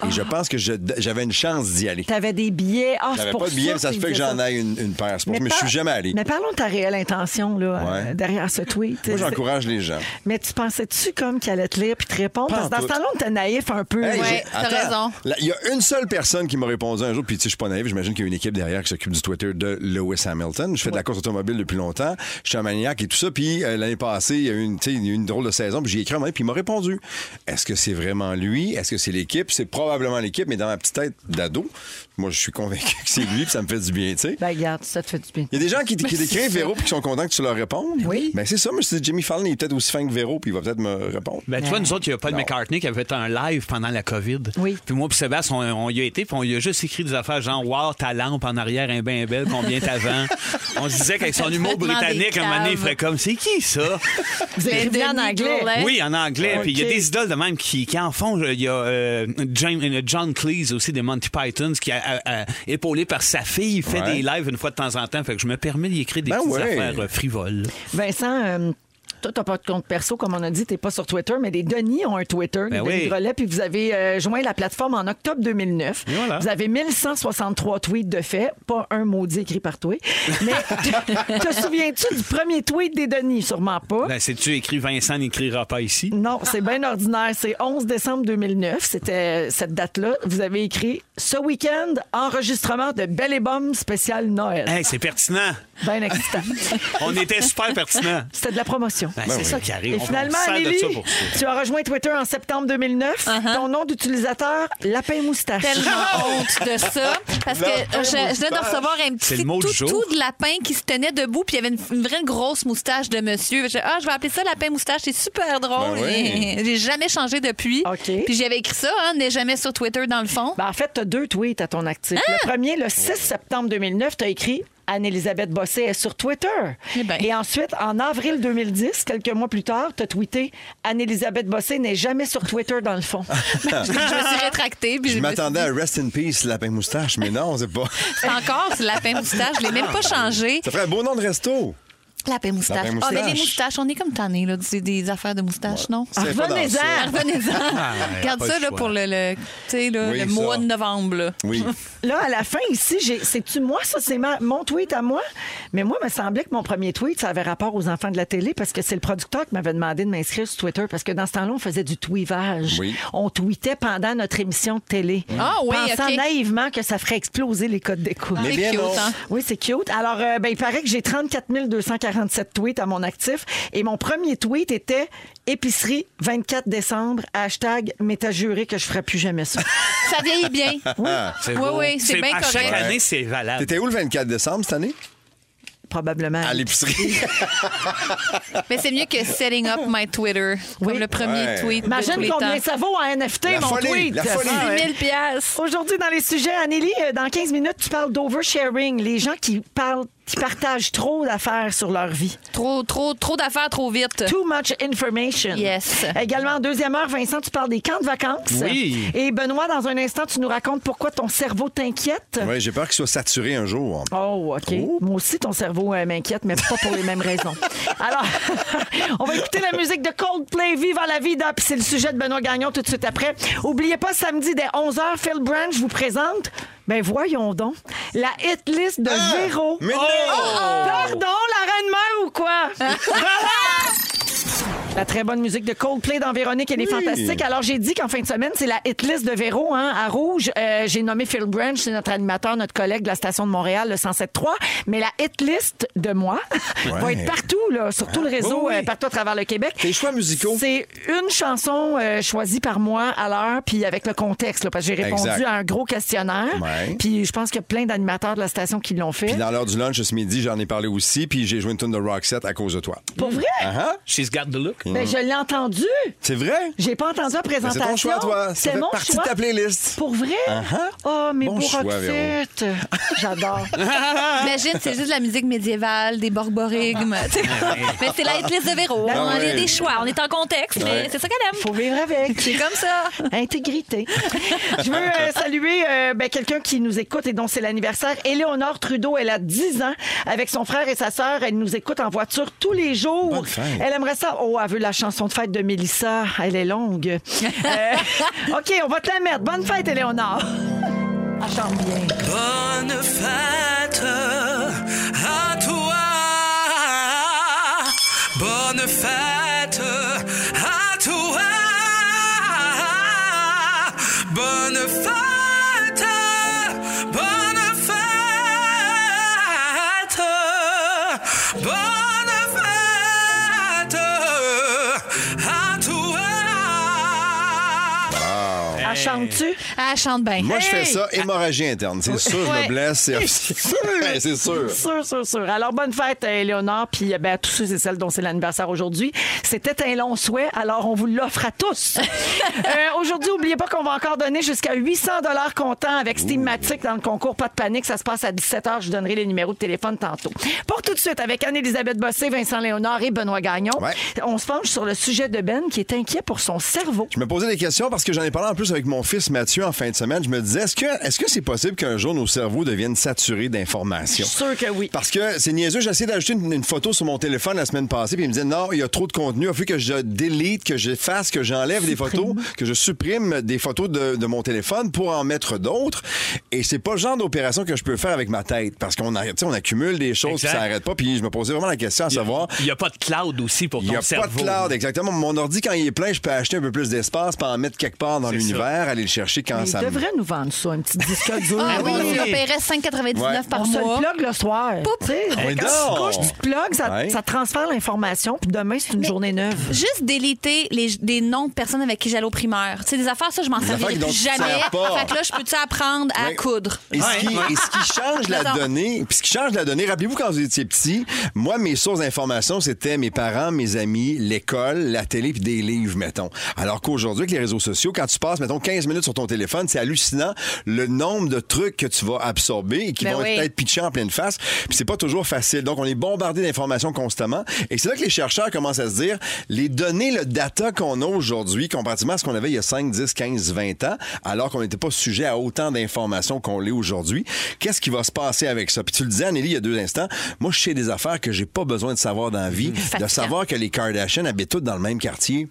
D: Ah.
C: et je pense que je- j'avais une chance d'y aller.
D: T'avais des billets. Ah, c'est
C: J'avais
D: pour
C: pas de billets, mais ça se
D: qu'il
C: fait que
D: disait
C: j'en
D: ça.
C: ai une, une paire. c'est pour ça, Mais, je
D: par-
C: suis jamais allé.
D: Mais parlons de ta réelle intention là,
C: Ouais.
D: euh, derrière ce tweet.
C: Moi, j'encourage les gens.
D: Mais tu pensais-tu comme qu'elle allait te lire puis te répondre?
C: Pas
D: Parce que
C: en
D: dans ce
C: tout.
D: temps-là, on était naïf un peu.
C: Hey,
F: Ouais,
C: j'ai-
F: t'as
C: attends,
F: raison.
C: là, Il y a une seule personne qui m'a répondu un jour, puis tu sais, je suis pas naïf, j'imagine qu'il y a une équipe derrière qui s'occupe du Twitter de Lewis Hamilton. Je fais de la course automobile depuis longtemps, je suis un maniaque et tout ça, puis euh, l'année passée, il y a eu une, tu sais, il y a eu une drôle de saison, puis j'ai écrit un moment, puis il m'a répondu. Est-ce que c'est vraiment lui? Est-ce que c'est l'équipe? C'est probablement l'équipe, mais dans ma petite tête d'ado, moi, je suis convaincu que c'est lui, puis ça me fait du bien, tu sais.
D: Ben, regarde, ça te fait du bien.
C: Il y a des gens qui, qui t'écrivent, Véro, puis qui sont contents que tu leur répondes.
D: Oui.
C: Ben, c'est ça, mais c'est Jimmy Fallon, il est peut-être aussi fin que Véro, puis il va peut-être me répondre.
E: Ben, tu vois, nous autres, il y a Paul
C: Non.
E: McCartney qui avait fait un live pendant la COVID.
D: Oui.
E: Puis moi, puis Sébastien, on, on y a été, puis on y a juste écrit des affaires genre, wow, ta lampe en arrière, un bien belle, combien t'avais. on se disait qu'avec son humour
F: Complètement
E: britannique,
F: des
E: à un moment donné, il
F: caves.
E: ferait comme, c'est qui ça?
D: Vous
F: Mais
D: écrivez en
F: Denis
D: anglais.
F: Drolet. Hein?
E: Oui, en anglais. Puis il y a
D: Ok.
E: des idoles de même qui, qui en font. Il y a euh, James- euh, John Cleese aussi des Monty Pythons qui, a, a- a- épaulé par sa fille, fait
C: Ouais.
E: des lives une fois de temps en temps. Fait que je me permets d'y écrire des
C: Ben
E: petites
C: ouais.
E: affaires euh, frivoles.
D: Vincent, euh, toi, t'as pas de compte perso, comme on a dit, t'es pas sur Twitter, mais les Denis ont un Twitter, les
E: Ben
D: Denis
E: oui.
D: Drolet, puis vous avez euh, joint la plateforme en octobre 2009.
E: Et voilà.
D: Vous avez 1163 tweets de fait, pas un maudit écrit par toi. Mais te souviens-tu du premier tweet des Denis? Sûrement pas.
E: Ben, c'est-tu écrit Vincent n'écrira pas ici?
D: Non, c'est bien ordinaire. C'est 11 décembre 2009. C'était euh, cette date-là. Vous avez écrit ce week-end, enregistrement de Belle et Bombe spécial Noël.
E: Hey, c'est pertinent.
D: Bien excitant.
E: On était super pertinent.
D: C'était de la promotion.
E: Ben, c'est
C: oui.
E: ça qui arrive.
D: Et
E: On- on
D: finalement,
E: se sert de
D: Amélie,
E: ça pour ça.
D: tu as rejoint Twitter en septembre 2009. Ton nom d'utilisateur, Lapin Moustache.
F: Uh-huh. tellement honte de ça parce que
C: Lapin
F: je, je venais de
C: moustache.
F: recevoir un
E: C'est
F: petit
E: le mot du
F: toutou
E: jour.
F: de lapin qui se tenait debout puis il y avait une, une vraie grosse moustache de monsieur. Je, ah, je vais appeler ça lapin moustache, c'est super drôle.
C: Ben oui.
F: Et J'ai jamais changé depuis.
D: OK.
F: Puis j'avais écrit ça, hein, n'est jamais sur Twitter dans le fond.
D: Ben, en fait, tu as deux tweets à ton actif.
F: Ah!
D: Le premier, le 6 septembre 2009, tu as écrit Anne-Elisabeth Bossé est sur Twitter.
F: Eh ben.
D: Et ensuite, en avril 2010, quelques mois plus tard, tu as tweeté Anne-Elisabeth Bossé n'est jamais sur Twitter dans le fond.
F: je, me suis rétractée puis je,
C: Ben. Je
F: me suis
C: m'attendais
F: dit,
C: à Rest in Peace, Lapin Moustache, mais non, c'est pas.
F: c'est encore ce lapin moustache, je l'ai même pas changé.
C: Ça ferait un beau nom de resto.
F: Lapin moustache.
C: Lapin
F: Ah mais
C: moustache.
F: les moustaches, on est comme tannés là, des, des affaires de moustache, non
D: Ah,
C: C'est pas dans
D: Ben, Revenez-en.
C: ça.
F: Revenez-en.
C: Ah,
E: ouais,
F: Regarde
E: pas
F: ça
E: le
F: là,
E: choix.
F: pour le, le, tu sais, là,
C: Oui,
F: le
C: ça.
F: mois de novembre. là.
C: Oui.
D: Là, à la fin, ici, j'ai- c'est-tu moi, ça? C'est ma- mon tweet à moi? Mais moi, il me semblait que mon premier tweet, ça avait rapport aux enfants de la télé parce que c'est le producteur qui m'avait demandé de m'inscrire sur Twitter parce que dans ce temps-là, on faisait du tweetage.
C: Oui. Mm.
D: On tweetait pendant notre émission de télé.
F: Ah oui,
D: Pensant
F: OK.
D: naïvement que ça ferait exploser les codes d'écoute.
C: Mais
F: C'est
C: bien
F: cute,
C: non.
F: hein?
D: Oui, c'est cute. Alors, euh, ben, il paraît que j'ai 34 247 tweets à mon actif. Et mon premier tweet était épicerie 24 décembre, hashtag mais t'as juré que je ferais plus jamais ça.
F: Ça vieillit bien.
E: C'est
F: Oui,
E: beau.
F: oui, c'est bien
E: À chaque
F: correct.
E: année, c'est valable.
C: T'étais où le 24 décembre cette année?
D: Probablement.
C: Ah. À l'épicerie.
F: Mais c'est mieux que setting up my Twitter.
D: Oui.
F: Comme le premier
C: Ouais.
F: tweet. de tous
D: Imagine
F: les
D: combien
F: temps.
D: ça vaut en NFT,
C: La
D: mon
C: folie,
D: tweet.
C: la folie.
D: Ah, ouais.
F: 1000 piastres.
D: Aujourd'hui, dans les sujets, Anneli, euh, dans 15 minutes, tu parles d'oversharing, les gens qui parlent qui partagent trop d'affaires sur leur vie.
F: Trop, trop, trop d'affaires trop vite.
D: Too much information.
F: Yes.
D: Également, en deuxième heure, Vincent, tu parles des camps de vacances.
E: Oui.
D: Et Benoît, dans un instant, tu nous racontes pourquoi ton cerveau t'inquiète.
C: Ouais, j'ai peur qu'il soit saturé un jour.
D: Oh, OK. Moi aussi, ton cerveau euh, m'inquiète, mais pas pour les mêmes raisons. Alors, on va écouter la musique de Coldplay, Vivant la vida, puis c'est le sujet de Benoît Gagnon tout de suite après. Oubliez pas, samedi dès 11h, Phil Branch vous présente, ben voyons donc, la hit list de Véro.
C: Mais non!
D: Pardon, la reine mère ou quoi? La très bonne musique de Coldplay dans Véronique, elle est fantastique. Alors, j'ai dit qu'en fin de semaine, c'est la hit list de Véro, hein, à Rouge. Euh, j'ai nommé Phil Branch, c'est notre animateur, notre collègue de la station de Montréal, le 107.3. Mais la hit list de moi va
C: Ouais. Ah.
D: être partout, là, sur tout le réseau,
E: Oui, oui.
D: euh, partout à travers le Québec.
C: Tes choix musicaux.
D: C'est une chanson euh, choisie par moi à l'heure, puis avec le contexte, là, parce que j'ai répondu
C: Exact.
D: à un gros questionnaire.
C: Ouais.
D: Puis je pense qu'il y a plein d'animateurs de la station qui l'ont fait.
C: Puis dans l'heure du lunch ce midi, j'en ai parlé aussi, puis j'ai joué une tune de Roxette à cause de toi.
D: Pour vrai?
C: Ah ah,
E: She's got the look.
D: Ben, je l'ai entendu.
C: C'est vrai?
D: J'ai pas entendu la
C: Mais Ben, C'est
D: présentation.
C: ton choix, toi. Ça
D: C'est
C: fait
D: mon
C: partie
D: choix.
C: de ta playlist.
D: Pour vrai?
C: Uh-huh.
D: Oh, mes
C: Bon
D: beaux
C: choix, Véro.
D: roquettes. J'adore.
F: Imagine, c'est juste de la musique médiévale, des borborigmes.
D: Ah.
F: tu sais. mais c'est la hitlist de Véro.
C: Ah
F: on a
C: ouais.
F: des choix, on est en contexte, mais
C: Ouais.
F: c'est ça qu'elle aime.
D: Faut vivre avec.
F: C'est comme ça.
D: Intégrité. Je veux euh, saluer euh, ben, quelqu'un qui nous écoute et dont c'est l'anniversaire. Éléonore Trudeau, elle a 10 ans. Avec son frère et sa sœur, elle nous écoute en voiture tous les jours.
C: Bonne fête.
D: Elle aimerait ça. Oh, elle veut la chanson de fête de Mélissa. Elle est longue. Euh, OK, on va te la mettre. Bonne fête, Éléonore. Elle chante bien.
G: Bonne fête à toi. Bonne fête à toi. Bonne fête. Bonne fête. Bonne fête à toi.
D: Elle chante-tu?
F: Elle chante bien.
C: Moi, je fais
F: Hey!
C: ça, hémorragie interne. C'est sûr, je
F: Ouais.
C: me blesse. C'est sûr. C'est sûr.
D: Sûr, sûr, sûr. Alors, bonne fête, euh, Éléonore, puis euh, ben, à tous ceux et celles dont c'est l'anniversaire aujourd'hui. C'était un long souhait, alors on vous l'offre à tous. Euh, aujourd'hui, n'oubliez pas qu'on va encore donner jusqu'à 800 dollars comptant avec Steamatic dans le concours Pas de panique. Ça se passe à 17h. Je vous donnerai les numéros de téléphone tantôt. Pour tout de suite, avec Anne-Élisabeth Bossé, Vincent Léonard et Benoît Gagnon,
C: Ouais.
D: on se penche sur le sujet de Ben qui est inquiet pour son cerveau.
C: Je me posais des questions parce que j'en ai parlé en plus avec mon fils Mathieu en fin de semaine. Je me disais, est-ce que est-ce que c'est possible qu'un jour nos cerveaux deviennent saturés d'informations?
D: Je suis sûre que oui.
C: Parce que c'est niaiseux, j'ai essayé d'ajouter une, une photo sur mon téléphone la semaine passée, puis il me disait non, il y a trop de contenu. Il a fallu que je délite, que j'efface, que j'enlève des photos, que je supprime des photos de, de mon téléphone pour en mettre d'autres. Et c'est pas le genre d'opération que je peux faire avec ma tête, parce qu'on a- tu sais, on accumule des choses, puis
E: Exact.
C: ça n'arrête pas. Puis je me posais vraiment la question à savoir.
E: Il n'y a pas de cloud aussi pour
C: Il n'y
E: ton
C: a
E: cerveau.
C: pas de cloud, exactement. Mon ordi, quand il est plein, je peux acheter un peu plus d'espace, puis en mettre quelque part dans
E: C'est
C: l'univers, aller le chercher quand
D: Mais
C: ça
D: il
C: me-
D: devrait nous vendre ça, un petit disque dur.
F: Ah oui,
E: oui.
F: tu la paierais 5,99
C: Ouais.
F: par
D: on se
F: mois.
D: le plug le soir.
F: Poup.
D: Tu sais,
C: Mais
D: quand
C: non.
D: tu te couches, tu te plugues, ça,
C: Ouais.
D: ça transfère l'information, puis demain, c'est une journée neuve.
F: Juste déliter les, des noms de personnes avec qui j'allais au primaire. Tu sais, des affaires, ça, je m'en servirai
C: affaires
F: plus
C: dont tu te
F: jamais.
C: sers pas.
F: Fait que là, je peux-tu apprendre à
C: Ouais.
F: coudre?
C: Et ce, qui, et ce qui change la
F: J'adore.
C: donnée, puis ce qui change la donnée, rappelez-vous quand vous étiez petit, moi, mes sources d'informations, c'était mes parents, mes amis, l'école, la télé, puis des livres, mettons. Alors qu'aujourd'hui, avec les réseaux sociaux, quand tu passes, mettons, 15 minutes sur ton téléphone, c'est hallucinant le nombre de trucs que tu vas absorber et qui
F: Ben
C: vont
F: oui.
C: être être pitché en pleine face, puis c'est pas toujours facile. Donc, on est bombardé d'informations constamment. Et c'est là que les chercheurs commencent à se dire, les données, le data qu'on a aujourd'hui, comparativement à ce qu'on avait il y a 5, 10, 15, 20 ans, alors qu'on n'était pas sujet à autant d'informations qu'on l'est aujourd'hui, qu'est-ce qui va se passer avec ça? Puis tu le disais, Anneli, il y a deux instants, moi, je sais des affaires que j'ai pas besoin de savoir dans la vie. De
F: Fatigant.
C: savoir que les Kardashian habitent toutes dans le même quartier,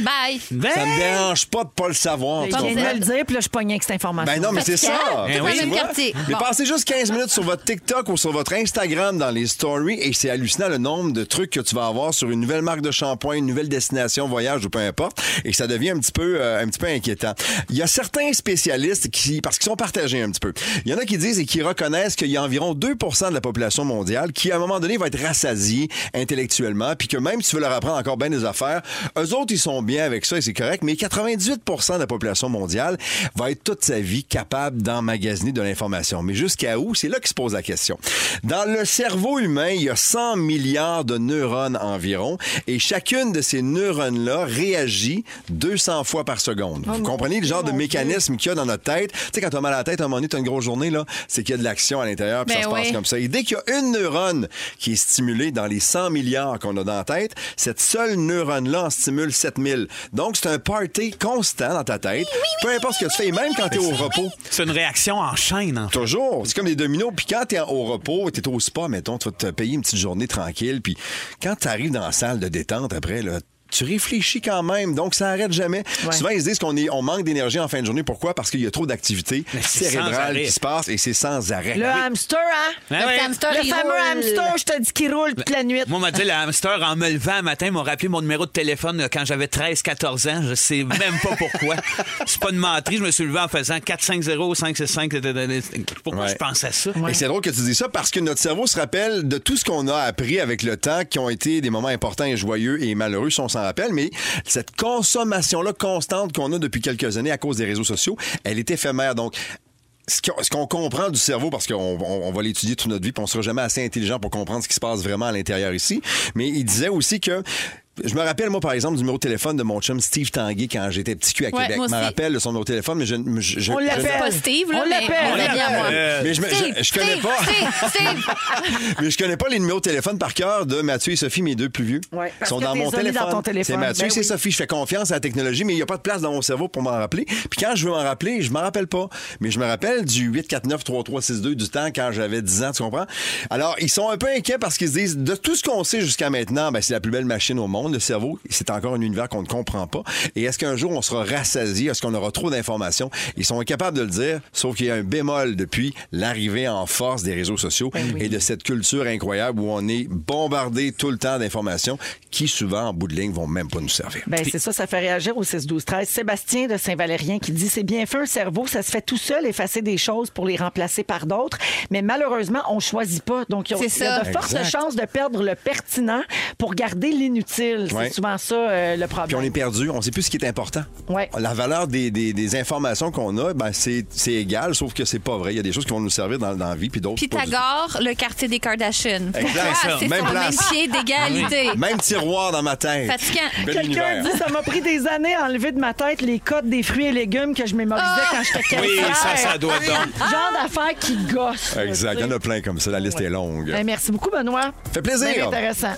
F: Bye!
E: Ben,
C: ça me dérange pas de pas le savoir. tu
D: Je
F: Bon,
D: viens de
C: comprends?
D: me le dire, puis là, je pognais avec cette information.
C: Ben non, mais c'est ça.
F: Fatigant.
E: Tout dans le
C: tu
F: même
C: vois.
F: quartier.
C: Mais
F: Bon.
C: passez juste 15 minutes sur votre TikTok ou sur votre Instagram dans les stories et c'est hallucinant le nombre de trucs que tu vas avoir sur une nouvelle marque de shampoing, une nouvelle destination, voyage ou peu importe. Et ça devient un petit peu, euh, un petit peu inquiétant. Il y a certains spécialistes qui, parce qu'ils sont partagés un petit peu, il y en a qui disent et qui reconnaissent qu'il y a environ 2 de la population mondiale qui, à un moment donné, va être rassasiée intellectuellement puis que même si tu veux leur apprendre encore bien des affaires, eux autres, ils sont bien avec ça et c'est correct, mais 98 de la population mondiale va être toute sa vie capable d'emmagasiner de l'information. Mais jusqu'à où? C'est là qui se pose la question. Dans le cerveau humain, il y a 100 milliards de neurones environ et chacune de ces neurones-là réagit 200 fois par seconde. Vous comprenez le genre de mécanisme qu'il y a dans notre tête? Tu sais, quand t'as mal à la tête, à un moment donné, t'as une grosse journée, là, c'est qu'il y a de l'action à l'intérieur puis
F: Ben
C: ça se passe
F: oui.
C: comme ça. Et dès qu'il y a une neurone qui est stimulée dans les 100 milliards qu'on a dans la tête, cette seule neurone-là en stimule 7000. Donc, c'est un party constant dans ta tête. peu importe ce que tu fais, et même quand tu es au repos.
E: C'est une réaction en chaîne, en fait.
C: Toujours. C'est comme des dominos. Puis quand t'es au repos, t'es au spa, mettons, tu vas te payer une petite journée tranquille. Puis quand t'arrives dans la salle de détente après, là, tu réfléchis quand même, donc ça arrête jamais. Souvent, ils se disent qu'on est, on manque d'énergie en fin de journée. Pourquoi? Parce qu'il y a trop d'activités
E: Mais c'est sans
C: cérébrales
E: arrêt.
C: qui se passent et c'est sans arrêt.
D: Le hamster, hein?
E: Ben
F: Le
E: ouais.
F: hamster,
D: Le
F: il
D: fameux
F: roule.
D: hamster, je te dis, qui roule toute la nuit.
E: Moi, on m'a dit, le hamster, en me levant un matin, m'a rappelé mon numéro de téléphone là, quand j'avais 13-14 ans. Je sais même pas pourquoi. C'est pas une menterie. Je me suis levé en faisant 4-5-0-5-6-5. Pourquoi
C: Ouais.
E: je pensais à ça?
C: Et c'est drôle que tu dis ça parce que notre cerveau se rappelle de tout ce qu'on a appris avec le temps, qui ont été des moments importants et joyeux et malheureux, si on s'en rappelle. Mais cette consommation-là constante qu'on a depuis quelques années à cause des réseaux sociaux, elle est éphémère. Donc, ce qu'on ce qu'on comprend du cerveau, parce qu'on on- on va l'étudier toute notre vie, puis on sera jamais assez intelligent pour comprendre ce qui se passe vraiment à l'intérieur ici. Mais il disait aussi que je me rappelle, moi, par exemple, du numéro de téléphone de mon chum Steve Tanguy quand j'étais petit cul à
F: Ouais,
C: Québec.
F: moi
C: Je me
F: aussi.
C: rappelle de son numéro de téléphone, mais je, ne- je- je-
D: On
C: je ne-
D: l'appelle.
F: Pas Steve, là,
D: On
F: mais
D: l'appelle.
F: mon ami à moi.
C: Euh, mais je, me- je-
F: Steve,
C: je connais
F: Steve,
C: pas.
F: Steve, Steve.
C: Mais je connais pas les numéros de téléphone par cœur de Mathieu et Sophie, mes deux plus vieux.
D: Ouais,
C: Ils
D: parce
C: sont
D: que
C: dans
D: t'es
C: mon
D: isolé
C: téléphone.
D: dans ton téléphone.
C: C'est Mathieu,
D: Ben
C: c'est
D: oui.
C: Sophie. Je fais confiance à la technologie, mais il n'y a pas de place dans mon cerveau pour m'en rappeler. Puis quand je veux m'en rappeler, je m'en rappelle pas. Mais je me rappelle du 849-3362 du temps quand j'avais 10 ans, tu comprends? Alors, ils sont un peu inquiets parce qu'ils se disent, de tout ce qu'on sait jusqu'à maintenant, ben, c'est la plus belle machine au monde, le cerveau. C'est encore un univers qu'on ne comprend pas. Et est-ce qu'un jour, on sera rassasié? Est-ce qu'on aura trop d'informations? Ils sont incapables de le dire, sauf qu'il y a un bémol depuis l'arrivée en force des réseaux sociaux et de cette culture incroyable où on est bombardé tout le temps d'informations qui, souvent, en bout de ligne, vont même pas nous servir.
D: Ben, c'est ça, ça fait réagir au 6-12-13. Sébastien de Saint-Valérien qui dit c'est bien fait un cerveau, ça se fait tout seul, effacer des choses pour les remplacer par d'autres. Mais malheureusement, on choisit pas. Donc, il y a-
F: C'est
D: il y a
F: ça.
D: de fortes
C: Exact.
D: chances de perdre le pertinent pour garder l'inutile.
C: Ouais.
D: C'est souvent ça euh, le
C: Puis on est
D: problème.
C: perdu, on sait plus ce qui est important.
D: Ouais.
C: La valeur des, des- des informations qu'on a, ben c'est c'est égal, sauf que c'est pas vrai. Il y a des choses qui vont nous servir dans, dans la vie, puis d'autres. pas du tout.
F: Pythagore, le quartier des Kardashians.
C: Exact,
F: Ah,
C: ça.
F: c'est
C: Même
F: sur le
C: place. Ah
F: même pied d'égalité.
C: Même tiroir dans ma tête.
F: Fatigant.
C: Bel
D: Quelqu'un
C: univers.
D: dit ça m'a pris des années à enlever de ma tête les codes des fruits et légumes que je mémorisais quand j'étais
E: Oui,
D: caissière.
E: ça, ça doit donc.
D: Genre d'affaires qui gossent. là,
C: Exact,
D: tu
C: il y
D: sais.
C: en a plein comme ça, la liste est longue.
D: Ben, merci beaucoup, Benoît.
C: Fait plaisir.
D: Bien Ben, intéressant.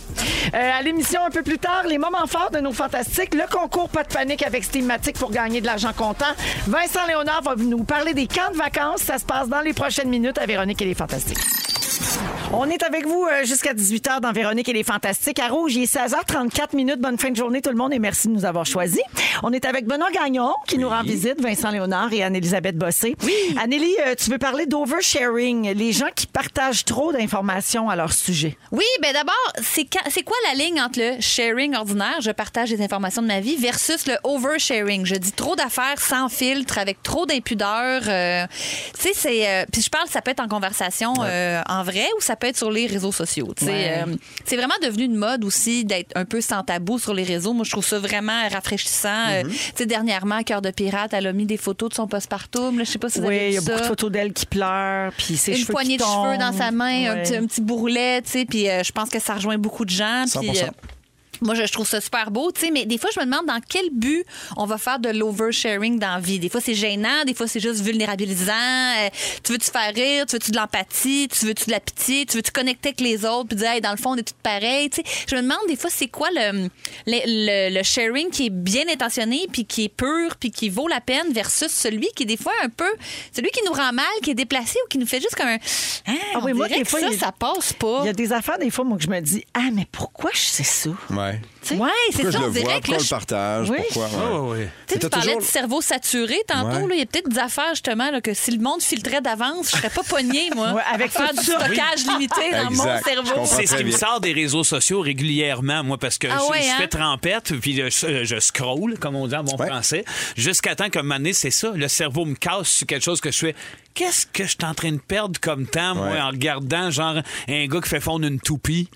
D: Euh, à l'émission un peu plus tard, les moments forts de nos fantastiques, le concours Pas de panique avec Stématique pour gagner de l'argent comptant. Vincent Léonard va nous parler des camps de vacances. Ça se passe dans les prochaines minutes à Véronique et les Fantastiques. On est avec vous euh, jusqu'à 18h dans Véronique et les Fantastiques. À Rouge, il est 16h34 minutes. Bonne fin de journée tout le monde et merci de nous avoir choisis. On est avec Benoît Gagnon qui nous rend visite, Vincent Léonard et Anne-Élisabeth Bossé. Oui. Annélie, euh, tu veux parler d'oversharing, les gens qui partagent trop d'informations à leur sujet.
F: Oui, ben d'abord, c'est ca- c'est quoi la ligne entre le sharing ordinaire, je partage des informations de ma vie, versus le oversharing, je dis trop d'affaires sans filtre, avec trop d'impudeur. euh, tu sais, c'est euh, puis je parle, ça peut être en conversation euh, en vrai ou ça peut être sur les réseaux sociaux. Tu sais,
D: Ouais.
F: euh, c'est vraiment devenu une mode aussi d'être un peu sans tabou sur les réseaux. Moi, je trouve ça vraiment rafraîchissant.
D: Mhm.
F: Euh, tu sais, dernièrement, Cœur de pirate, elle a mis des photos de son postpartum. là. Je sais pas si vous
D: oui,
F: avez
D: il
F: vu
D: y a
F: ça
D: beaucoup de photos d'elle qui pleure, puis ses
F: une
D: cheveux
F: poignée
D: qui
F: de
D: tombent.
F: cheveux dans sa main, un,
D: Ouais.
F: petit, un petit bourrelet, tu sais, puis euh, je pense que ça rejoint beaucoup de gens. puis, euh,
C: 100%.
F: moi, je je trouve ça super beau, tu sais, mais des fois, je me demande dans quel but on va faire de l'oversharing dans la vie. Des fois, c'est gênant, des fois, c'est juste vulnérabilisant. Euh, tu veux-tu faire rire? Tu veux-tu de l'empathie? Tu veux-tu de la pitié? Tu veux-tu connecter avec les autres? Puis dire, Hey, dans le fond, on est toutes pareilles, tu sais. Je me demande des fois, c'est quoi le, le, le- le sharing qui est bien intentionné, puis qui est pur, puis qui vaut la peine versus celui qui est des fois un peu, celui qui nous rend mal, qui est déplacé ou qui nous fait juste comme un. Ah,
D: Ah oui,
F: on
D: moi,
F: dirait
D: des
F: que
D: fois,
F: ça,
D: il-
F: ça passe pas.
D: Il y a des affaires, des fois, moi, que je me dis Ah, mais pourquoi je sais ça?
C: Ouais.
F: Tu sais, Ouais, c'est
C: Pourquoi
F: ça,
C: je
F: on
C: le vois,
F: dirait que
C: pourquoi
F: là,
C: on le
F: je-
C: partage,
D: Oui.
C: pourquoi.
E: Ah ouais, ouais.
F: Tu sais,
C: Mais
F: tu
C: t'as
F: parlais
C: toujours-
F: du cerveau saturé tantôt.
C: Ouais.
F: là. Il y a peut-être des affaires, justement, là, que si le monde filtrait d'avance, je serais pas pognée, moi.
D: Ouais, avec
F: à faire
D: tout
F: du
D: ça.
F: stockage limité dans mon
C: Exact. Je
F: cerveau.
C: comprends.
E: C'est ce
C: très
E: qui me
C: bien.
E: sort des réseaux sociaux régulièrement, moi, parce que
F: Ah
E: je,
F: ouais,
E: je
F: hein?
E: fais trempette, puis euh, je, je scroll, comme on dit en bon
C: Ouais.
E: français, jusqu'à temps que un moment donné, c'est ça, le cerveau me casse sur quelque chose que je fais. Qu'est-ce que je suis en train de perdre comme temps, moi,
C: Ouais.
E: en regardant, genre, un gars qui fait fondre une toupie?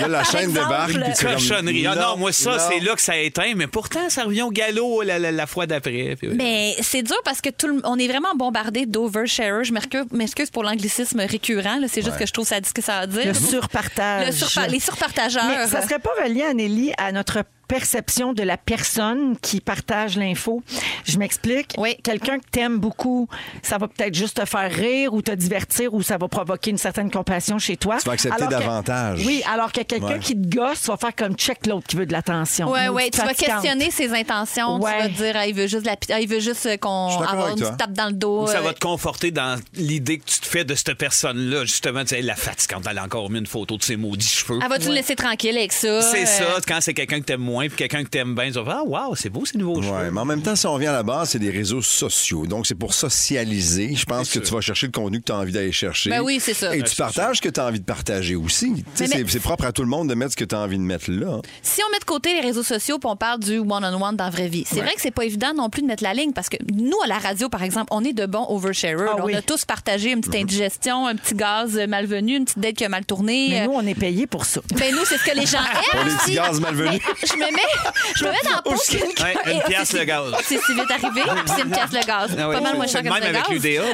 C: Là, la chaîne de
F: Ah,
C: débarque.
D: exemple,
C: puis tu es comme,
E: Cochonnerie. Ah non, moi, ça,
C: non.
E: c'est là que ça éteint, mais pourtant, ça revient au galop la, la- la fois d'après. Puis, ouais.
F: Mais c'est dur parce que tout le- on est vraiment bombardé d'oversharers. Je m'excuse- m'excuse pour l'anglicisme récurrent. là. C'est juste que je trouve ça dit ce que ça a à dire.
D: le surpartage.
F: Le surpa- les surpartageurs.
D: Mais ça serait pas relié, Anneli, à notre perception de la personne qui partage l'info. Je m'explique.
F: Oui.
D: Quelqu'un que t'aimes beaucoup, ça va peut-être juste te faire rire ou te divertir ou ça va provoquer une certaine compassion chez toi.
C: Tu vas accepter
D: Alors que-
C: davantage.
D: oui, alors que quelqu'un
C: Ouais.
D: qui te gosse va faire comme check l'autre qui veut de l'attention.
F: Ouais,
D: Maudite
F: ouais, tu vas
D: fatigante.
F: questionner ses intentions.
D: Ouais.
F: Tu vas te dire, ah, il veut juste, la, pi- ah, il veut juste euh, qu'on
C: Je suis d'accord
F: avoir
C: avec
F: une
C: toi.
F: petite tape dans le dos.
E: Ou ça
F: euh,
E: va te conforter dans l'idée que tu te fais de cette personne-là. Justement, tu sais, la fatigante, elle a encore mis une photo de ses maudits cheveux.
F: Ah, vas-tu le laisser tranquille avec ça?
E: C'est
F: Euh,
E: ça, quand c'est quelqu'un que t'aimes moins, puis quelqu'un que t'aimes bien, tu vas faire Ah, waouh, c'est beau ces nouveaux
C: Ouais,
E: cheveux.
C: mais en même temps, si on revient à la base, c'est des réseaux sociaux. Donc, c'est pour socialiser. Je pense que tu vas chercher le contenu que tu as envie d'aller chercher.
F: Ben oui, c'est ça.
C: Et
F: Ouais,
C: tu partages ce que tu as envie de partager aussi. Tu sais,
F: Mais-
C: c'est-
F: mais-
C: C'est propre à tout le monde de mettre ce que tu as envie de mettre là. hein.
F: Si on met de côté les réseaux sociaux puis on parle du one-on-one dans la vraie vie, c'est vrai que c'est pas évident non plus de mettre la ligne parce que nous, à la radio, par exemple, on est de bons oversharers.
D: Ah
F: On
D: oui. Mhm.
F: a tous partagé une petite indigestion, un petit gaz euh, malvenu, une petite dette qui a mal tourné.
D: Mais
F: Euh,
D: nous, on est payé pour ça.
F: Ben nous, c'est ce que les gens aiment.
C: Pour les petits
F: aussi.
C: gaz malvenus.
F: Mais Je me mets, je me mets dans la peau. que quelqu'un-
E: Ouais, une
F: Et-
E: pièce
F: c'est-
E: le gaz.
F: C'est si vite arrivé, puis c'est une pièce le gaz.
E: Ah ouais,
F: Pas mal moins
E: c'est
F: cher que
E: le
F: le
E: Même avec
F: gaz.
E: l'UDA.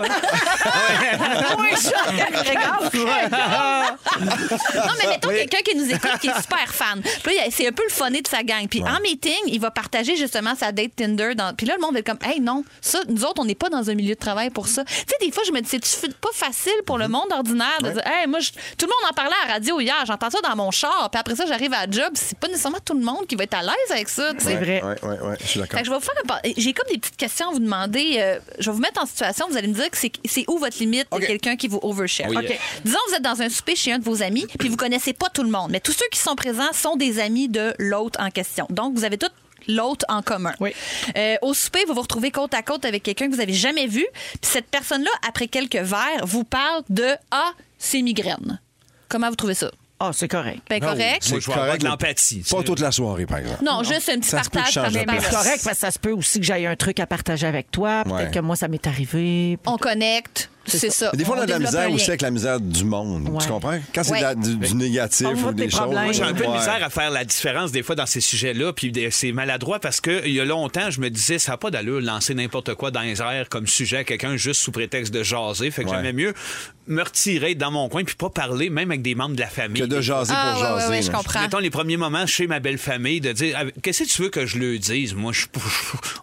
D: Moins cher que le gaz.
F: Non, mais mettons quelqu'un qui nous écoute, qui est super fan. Puis là, c'est un peu le funné de sa gang. Puis en meeting, il va partager justement sa date Tinder. Dans... Puis là, le monde va être comme, hey, non, ça, nous autres, on n'est pas dans un milieu de travail pour ça. Tu sais, des fois, je me dis, c'est pas facile pour le monde ordinaire de dire, hey, moi, je- tout le monde en parlait à la radio hier, j'entends ça dans mon char. Puis après ça, j'arrive à la job. C'est pas nécessairement tout le monde qui va être à l'aise avec ça. tu sais.
D: C'est vrai.
C: Ouais, ouais, ouais, je suis d'accord.
F: Fait que je vais vous faire un par- J'ai comme des petites questions à vous demander. euh, je vais vous mettre en situation. Vous allez me dire que c'est- c'est où votre limite de quelqu'un qui vous overshare.
E: Oui.
F: OK. Disons que vous êtes dans un souper chez un de vos amis, puis vous connaissez pas tout le monde, mais tous ceux qui sont présents sont des amis de l'autre en question. Donc, vous avez tous l'autre en commun.
D: Oui.
F: Euh, au souper, vous vous retrouvez côte à côte avec quelqu'un que vous avez jamais vu, puis cette personne-là, après quelques verres, vous parle de Ah, c'est migraine. Comment vous trouvez ça?
D: Ah, c'est correct.
F: Ben correct?
E: Moi, je vais avoir de l'empathie.
C: Pas toute la soirée, par exemple.
F: Non, juste un petit
C: Ça se peut que
F: partage.
C: je change de
F: par-
D: Mais
C: place.
D: c'est correct parce que ça se peut aussi que j'aille un truc à partager avec toi. Peut-être
C: Ouais.
D: que moi, ça m'est arrivé.
F: On connecte. C'est ça.
C: Mais des fois, on, a de la
F: développe un
C: misère aussi
F: lien.
C: avec la misère du monde.
D: Ouais.
C: Tu comprends? Quand c'est
F: Ouais.
C: de la- du, du négatif
D: Parle-moi
C: ou
D: de
C: des
D: tes
C: choses.
D: problèmes.
E: Ben, Moi, j'ai un peu de
C: Ouais.
E: misère à faire la différence des fois dans ces sujets-là, puis des- c'est maladroit parce que il y a longtemps, je me disais, ça n'a pas d'allure de lancer n'importe quoi dans les airs comme sujet à quelqu'un juste sous prétexte de jaser. Fait que
C: Ouais.
E: j'aimais mieux me retirer dans mon coin puis pas parler, même avec des membres de la famille.
C: Que de jaser
F: Ah,
C: pour
F: ouais,
C: jaser.
F: ouais, ouais, je
C: là.
F: comprends.
E: Mettons les premiers moments chez ma belle-famille de dire Ah, qu'est-ce que tu veux que je le dise moi je,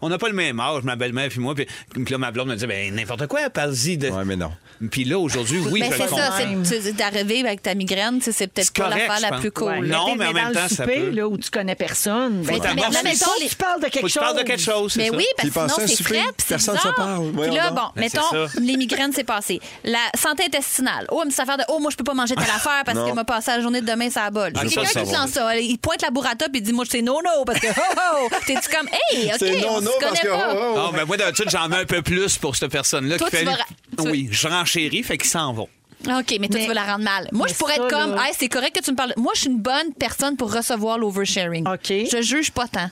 E: on n'a pas le même âge ma belle-mère puis moi puis, puis là ma blonde me dit ben n'importe quoi parle-y de
C: Ouais, mais non.
E: puis là aujourd'hui oui
F: Mais
E: je
F: Ben, c'est
E: le comprends
F: ça, c'est c'est d'arriver avec ta migraine, tu sais, c'est peut-être
E: C'est
F: pas
E: correct,
F: l'affaire
E: je
F: la
E: pense.
F: plus cool.
E: Ouais.
F: là.
E: Non,
D: Peut-être,
E: mais en
D: dans
E: même temps,
D: le
E: ça
D: souper,
E: peut.
D: là, où tu connais personne, ben,
F: Mais
D: t'as-
E: t'amorces
D: mais
E: les
D: mettons,
F: sauces.
D: tu parles de
E: faut
D: quelque
E: que je
D: chose.
E: parle de quelque chose c'est
F: Mais
E: ça.
F: oui,
C: Puis
F: parce que
C: passer
F: sinon,
C: un
F: c'est
C: souper,
F: frais, puis c'est
C: personne se
F: bizarre.
C: parle.
F: Puis
C: Voyons
F: là,
C: donc.
F: bon,
E: Ben, c'est
F: mettons,
E: ça.
F: les migraines, c'est passé. La santé intestinale. Oh, une petite affaire de « Oh, moi, je peux pas manger telle affaire parce
C: Non.
F: que m'a passé la journée de demain, ça bol.
E: Ah,
F: J'ai
E: ça,
F: quelqu'un
E: ça
F: qui
E: va.
F: lance ça. Il pointe la burrata puis il dit « Moi, c'est no-no » parce que « Oh, oh! » T'es-tu comme « Hey, OK,
C: C'est
F: on
C: non, non,
F: se
C: parce
F: connaît
C: que.
F: pas. »
C: oh, oh,
E: Ah, ben moi d'habitude j'en mets un peu plus pour cette personne-là
F: Toi,
E: qui
F: tu
E: fait
F: vas ra- tu-
E: oui je renchéris fait qu'ils s'en vont
F: OK, mais toi,
D: Mais-
F: tu veux la rendre mal. Moi,
D: mais
F: je pourrais être
D: ça,
F: comme,
D: là-
F: hey, c'est correct que tu me parles. Moi, je suis une bonne personne pour recevoir l'oversharing.
D: OK.
F: Je juge pas tant.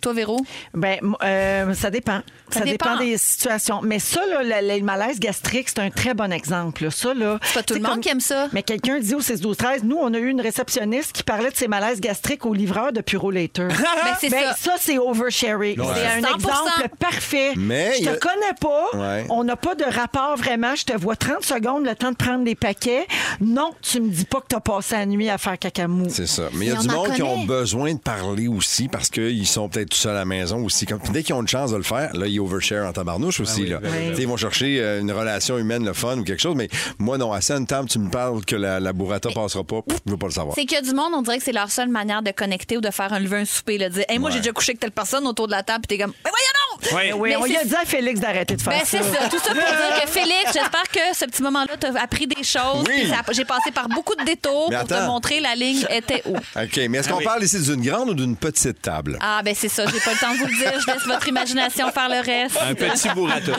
F: Toi, Véro?
D: Ben, m- euh, ça dépend. Ça,
F: Ça
D: dépend.
F: dépend.
D: des situations. Mais ça, là, le, le malaise gastrique, c'est un très bon exemple. là. Ça, là,
F: C'est pas tout
D: tu sais,
F: le monde
D: comme-
F: qui aime ça.
D: Mais quelqu'un dit au 6 12 13 nous, on a eu une réceptionniste qui parlait de ses malaises gastriques au livreur de Puro Later.
F: Ben, c'est
D: Ben,
F: ça.
D: ça, c'est oversharing. C'est un
F: 100%.
D: exemple parfait.
C: Mais
D: je
C: il
D: te
C: y a-
D: connais pas.
C: Ouais.
D: On n'a pas de rapport vraiment. Je te vois 30 secondes, le temps de prendre des paquets. Non, tu me dis pas que t'as passé la nuit à faire cacamou.
C: C'est ça. Mais il y a
F: Mais
C: du
F: on en
C: monde qui
F: connaît.
C: ont besoin de parler aussi parce qu'ils sont peut-être tout seuls à la maison aussi. Comme, dès qu'ils ont une chance de le faire, là, ils overshare en tabarnouche aussi. là. Tu sais, Ils vont chercher euh, une relation humaine, le fun ou quelque chose. Mais moi, non, à ça, une table, tu me parles que la, la burrata passera pas. Pff, je veux pas le savoir.
F: C'est qu'il y a du monde, on dirait que c'est leur seule manière de connecter ou de faire un lever, un souper. Là, de dire, hey, moi, j'ai déjà couché avec telle personne autour de la table, puis t'es comme, mais voyons donc!
E: Ouais.
D: Oui,
F: Mais
D: on
F: c'est-
D: lui a dit à Félix d'arrêter de faire
F: Ben,
D: ça.
F: c'est ça. Tout ça pour dire que Félix, j'espère que ce petit moment-là t'a appris des choses.
C: Oui.
F: puis ça- J'ai passé par beaucoup de détours
C: Mais
F: pour te
C: attends.
F: montrer la ligne était où.
C: OK, mais est-ce qu'on parle ici d'une grande ou d'une petite table?
F: Ah, ben c'est ça. J'ai pas le temps de vous le dire. Je laisse votre imagination faire le reste.
E: un petit burrata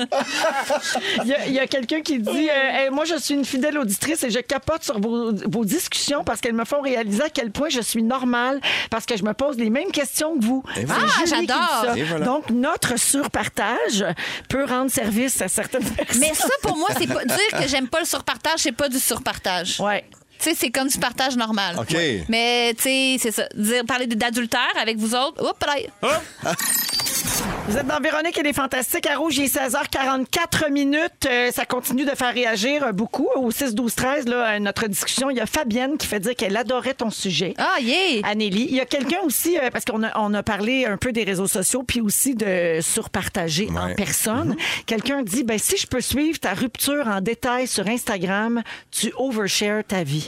D: Il y a- il y a, quelqu'un qui dit euh, Hey, Moi, je suis une fidèle auditrice et je capote sur vos, vos discussions parce qu'elles me font réaliser à quel point je suis normale parce que je me pose les mêmes questions que vous.
C: Et
D: C'est
C: voilà.
F: Ah,
D: Julie qui dit
F: j'adore.
D: ça.
C: Et voilà.
D: Donc, notre surpartage peut rendre service à certaines personnes.
F: Mais ça, pour moi, c'est pas dire que j'aime pas le surpartage, c'est pas du surpartage.
D: Ouais.
F: Tu sais, c'est comme du partage normal.
C: OK.
F: Ouais. Mais, tu sais, c'est ça. Dire, parler d'adultère avec vous autres, oups, là,
D: Vous êtes dans Véronique et les Fantastiques à Rouge, il est 16h44 minutes. Euh, ça continue de faire réagir euh, beaucoup. Au 6-12-13, là, à notre discussion, il y a Fabienne qui fait dire qu'elle adorait ton sujet.
F: Ah, yeah!
D: Anélie. Il y a quelqu'un aussi, euh, parce qu'on a, on a parlé un peu des réseaux sociaux, puis aussi de surpartager en
C: Ouais. Mm-hmm.
D: personne. Quelqu'un dit, ben, si je peux suivre ta rupture en détail sur Instagram, tu overshare ta vie.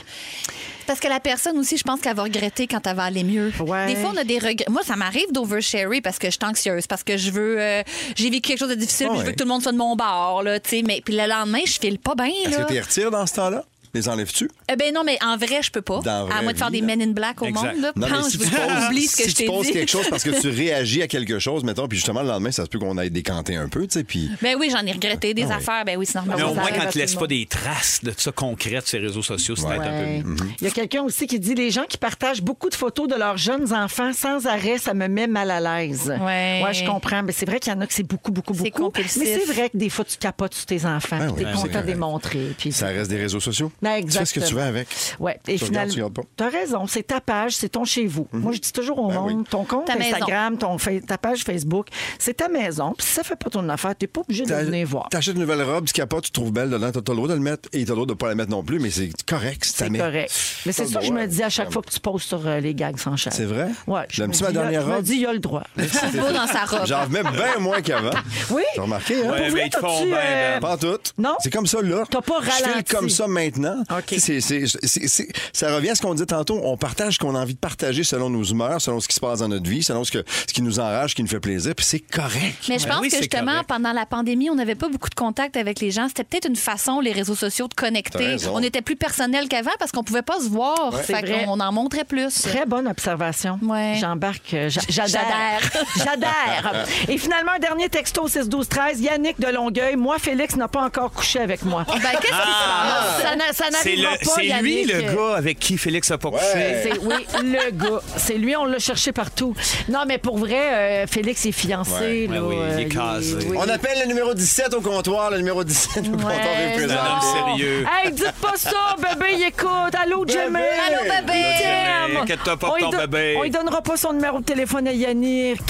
F: Parce que la personne aussi, je pense qu'elle va regretter quand elle va aller mieux.
D: Ouais.
F: Des fois, on a des regrets. Moi, ça m'arrive d'oversharer parce que je suis anxieuse, parce que je veux. euh, j'ai vécu quelque chose de difficile, puis je veux
C: Ouais.
F: que tout le monde soit de mon bord, là, tu sais. Mais puis le lendemain, je file pas bien,
C: Est-ce
F: là.
C: que tu les retires dans ce temps-là? Les enlèves-tu?
F: Eh ben non, mais en vrai, je peux pas.
C: Dans
F: à
C: vraie
F: moins de faire
C: vie,
F: des
C: là.
F: men in black au
E: Exact.
F: monde, là.
C: Non, mais
F: Pense,
C: si
F: je
C: tu
F: veux que tu oublies
C: poses,
F: ce que
C: si
F: je
C: tu
F: t'ai
C: poses
F: dit.
C: quelque chose parce que tu réagis à quelque chose, mettons, puis justement, le lendemain, ça se peut qu'on aille décanter un peu, tu sais, puis...
F: Ben oui, j'en ai regretté des affaires. Ben oui, c'est normal.
E: Ah Mais au
F: Ça
E: moins,
F: arrive à
E: quand
F: tout
E: tu
F: le
E: laisses pas
F: monde.
E: des traces de ça concrètes sur les réseaux sociaux, c'est peut-être un peu mieux.
D: Il y a quelqu'un aussi qui dit les gens qui partagent beaucoup de photos de leurs jeunes enfants sans arrêt, ça me met mal à l'aise.
F: Ouais.
D: je comprends. Mais c'est vrai qu'il y en a que c'est beaucoup, beaucoup,
F: C'est
D: beaucoup.
F: compulsif.
D: Mais c'est vrai que des fois, tu capotes sur tes enfants.
C: Ben
D: puis
C: oui,
D: t'es content
C: c'est
D: de les
C: correct.
D: montrer. Puis
C: Ça reste des réseaux sociaux.
D: Ben,
C: tu fais ce que tu
D: exactement.
C: veux avec.
D: Ouais. Et
C: Tu
D: finalement,
C: regardes, tu regardes pas.
D: t'as raison. C'est ta page, c'est ton chez vous. Moi, je dis toujours au
C: Ben
D: monde,
C: oui.
D: ton compte
F: Ta maison.
D: Instagram, ton fa- ta page Facebook, c'est ta maison. Puis si ça fait pas ton affaire, t'es pas obligé de
C: T'a-
D: venir voir.
C: T'achètes une nouvelle robe, tu capotes, tu te trouves belle dedans, t'as t'as le droit de le mettre et t'as le droit de pas la mettre non plus, mais c'est correct, si t'as
D: C'est
C: mis.
D: correct. Mais c'est
C: T'as
D: ça
C: le
D: que je me
C: droit,
D: dis à chaque
C: comme-
D: fois que tu poses sur euh, les gags sans chaîne.
C: ben C'est vrai?
D: Ouais. Je me
C: L'aimes-tu,
D: dis,
C: ma
D: il y a-
C: dernière
D: Je me
C: robe?
D: dis, il y a le droit.
F: C'est beau dans sa robe.
C: J'en remets bien moins qu'avant.
D: Oui.
C: T'as remarqué, hein?
E: Ouais,
D: Pour
E: ben,
D: vrai,
E: ils te font
D: t'as-tu,
E: bien,
D: euh,
E: ben.
C: Pas en tout.
D: Non?
C: C'est comme ça, là.
D: T'as pas
C: Je file
D: ralenti.
C: comme ça maintenant.
D: OK.
C: Tu sais, c'est- c'est- c'est- c'est- ça revient à ce qu'on dit tantôt. On partage ce qu'on a envie de partager selon nos humeurs, selon ce qui se passe dans notre vie, selon ce, que, ce qui nous enrage, ce qui nous fait plaisir, puis c'est correct.
F: Mais je
E: Ben
F: pense
E: oui,
F: que
E: c'est
F: justement,
E: correct.
F: pendant la pandémie, on n'avait pas beaucoup de contact avec les gens. C'était peut-être une façon, les réseaux sociaux, de
C: T'as
F: connecter.
C: raison.
F: On était plus personnel qu'avant parce qu'on pouvait pas se voir.
D: C'est
F: Fait
D: vrai.
F: qu'on en montrait plus.
D: Très bonne observation.
F: Ouais.
D: J'embarque, euh, j'a- j'adhère. J'adhère. Et finalement, un dernier texto au 6-12-13. Yannick de Longueuil. Moi, Félix n'a pas encore couché avec moi.
F: Ben, qu'est-ce qui se
D: Ah,
F: passe?
D: ça n'a- ça
E: C'est
D: n'arrivera
E: le-
D: pas,
E: c'est lui
D: Yannick.
E: le gars avec qui Félix a pas couché.
D: C'est- oui, le gars. C'est lui, on l'a cherché partout. Non, mais pour vrai, euh, Félix est fiancé.
E: Ouais,
D: là,
E: ouais, oui, il est
D: euh,
E: casé.
D: oui.
C: On appelle le numéro 17 au comptoir, le numéro 17 au comptoir est
E: C'est
C: présent.
E: un homme sérieux.
D: Hey, dites pas ça, bébé, il écoute. Allô, Jimmy.
C: Allô,
F: bébé.
D: Jim.
E: Jimmy, inquiète-toi pas pour
D: On lui
E: ton
D: don-
E: bébé.
D: On lui donnera pas son numéro de téléphone à Yannick.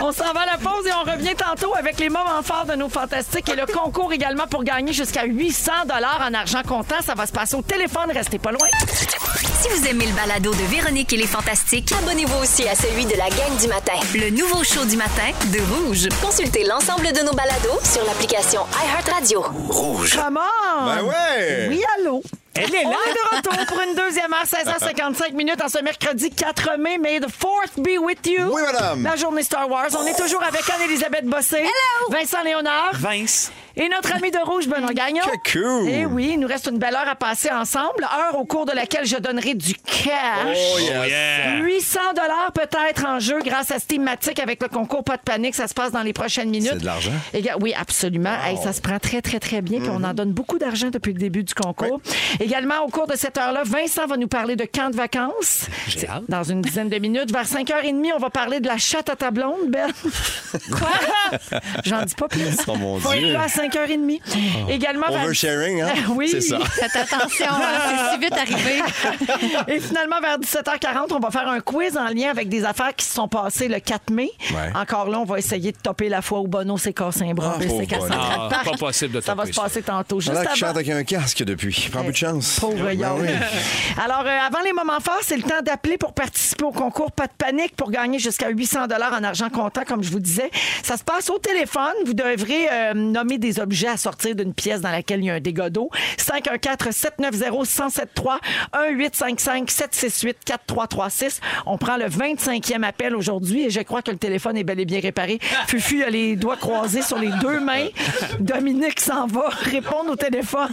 D: on s'en va à la pause et on revient tantôt avec les moments forts de nos fantastiques et le concours également pour gagner jusqu'à 800 en argent comptant. Ça va se passer au téléphone. Restez pas loin.
A: Si vous aimez le balado de Véronique et les Fantastiques,
B: Abonnez-vous aussi à celui de la gang du matin.
A: le nouveau show du matin de Rouge.
B: Consultez l'ensemble de nos balados sur l'application iHeartRadio.
D: Comment?
C: Ben ouais!
D: Oui, allô?
E: Elle est
D: On est
E: là.
D: de retour pour une deuxième heure, 16h55 minutes, en ce mercredi 4 mai. May the 4th be with you.
C: Oui, madame.
D: La journée Star Wars. On est toujours avec Anne-Elisabeth Bossé. Vincent Léonard.
E: Vince.
D: Et notre ami de rouge, Benoît Gagnon.
C: Que cool.
D: Eh oui, il nous reste une belle heure à passer ensemble. Heure au cours de laquelle je donnerai du cash.
C: Oh,
E: Oh,
C: yes.
E: yeah.
D: 800 dollars peut-être en jeu grâce à Steamatic avec le concours Pas de panique. Ça se passe dans les prochaines minutes.
C: C'est de l'argent?
D: Et ga- oui, absolument. Hey, ça se prend très, très, très bien. Puis on
C: Mm-hmm.
D: en donne beaucoup d'argent depuis le début du concours. Également, au cours de cette heure-là, Vincent va nous parler de camp de vacances. C'est
E: hâte.
D: Dans une dizaine de minutes. Vers 5h30, on va parler de la chatte à ta blonde, Ben. Quoi? J'en dis pas plus.
C: Oh, mon
D: Faut être
C: Dieu. Oh.
D: là à 5h30. Également, vers-
C: Oversharing, hein?
D: Oui.
C: C'est ça.
F: Faites attention, hein, c'est si vite arrivé.
D: Et finalement, vers 17h40, on va faire un quiz en lien avec des affaires qui se sont passées le 4 mai.
C: Ouais.
D: Encore là, on va essayer de topper la fois où Bono s'est cassé un bras.
C: Ah,
D: blessé
C: pauvre Ah,
D: Cassandra
E: Bono.
D: Park.
E: Ah, pas possible de
D: Ça va
E: topper
D: se
E: ça.
D: passer tantôt. Juste
C: Juste qui
D: avant.
C: chante avec un casque depuis. Prends un peu de chance.
D: Pauvre
C: Ben
D: Yann.
C: oui.
D: Alors, euh, avant les moments forts, c'est le temps d'appeler pour participer au concours Pas de panique pour gagner jusqu'à 800 dollars en argent comptant, comme je vous disais. Ça se passe au téléphone. Vous devrez euh, nommer des objets à sortir d'une pièce dans laquelle il y a un dégât d'eau. 514-790-1073-1855-768-4336. On prend le 25e appel aujourd'hui et je crois que le téléphone est bel et bien réparé. Fufu a les doigts croisés sur les deux mains. Dominique s'en va répondre au téléphone.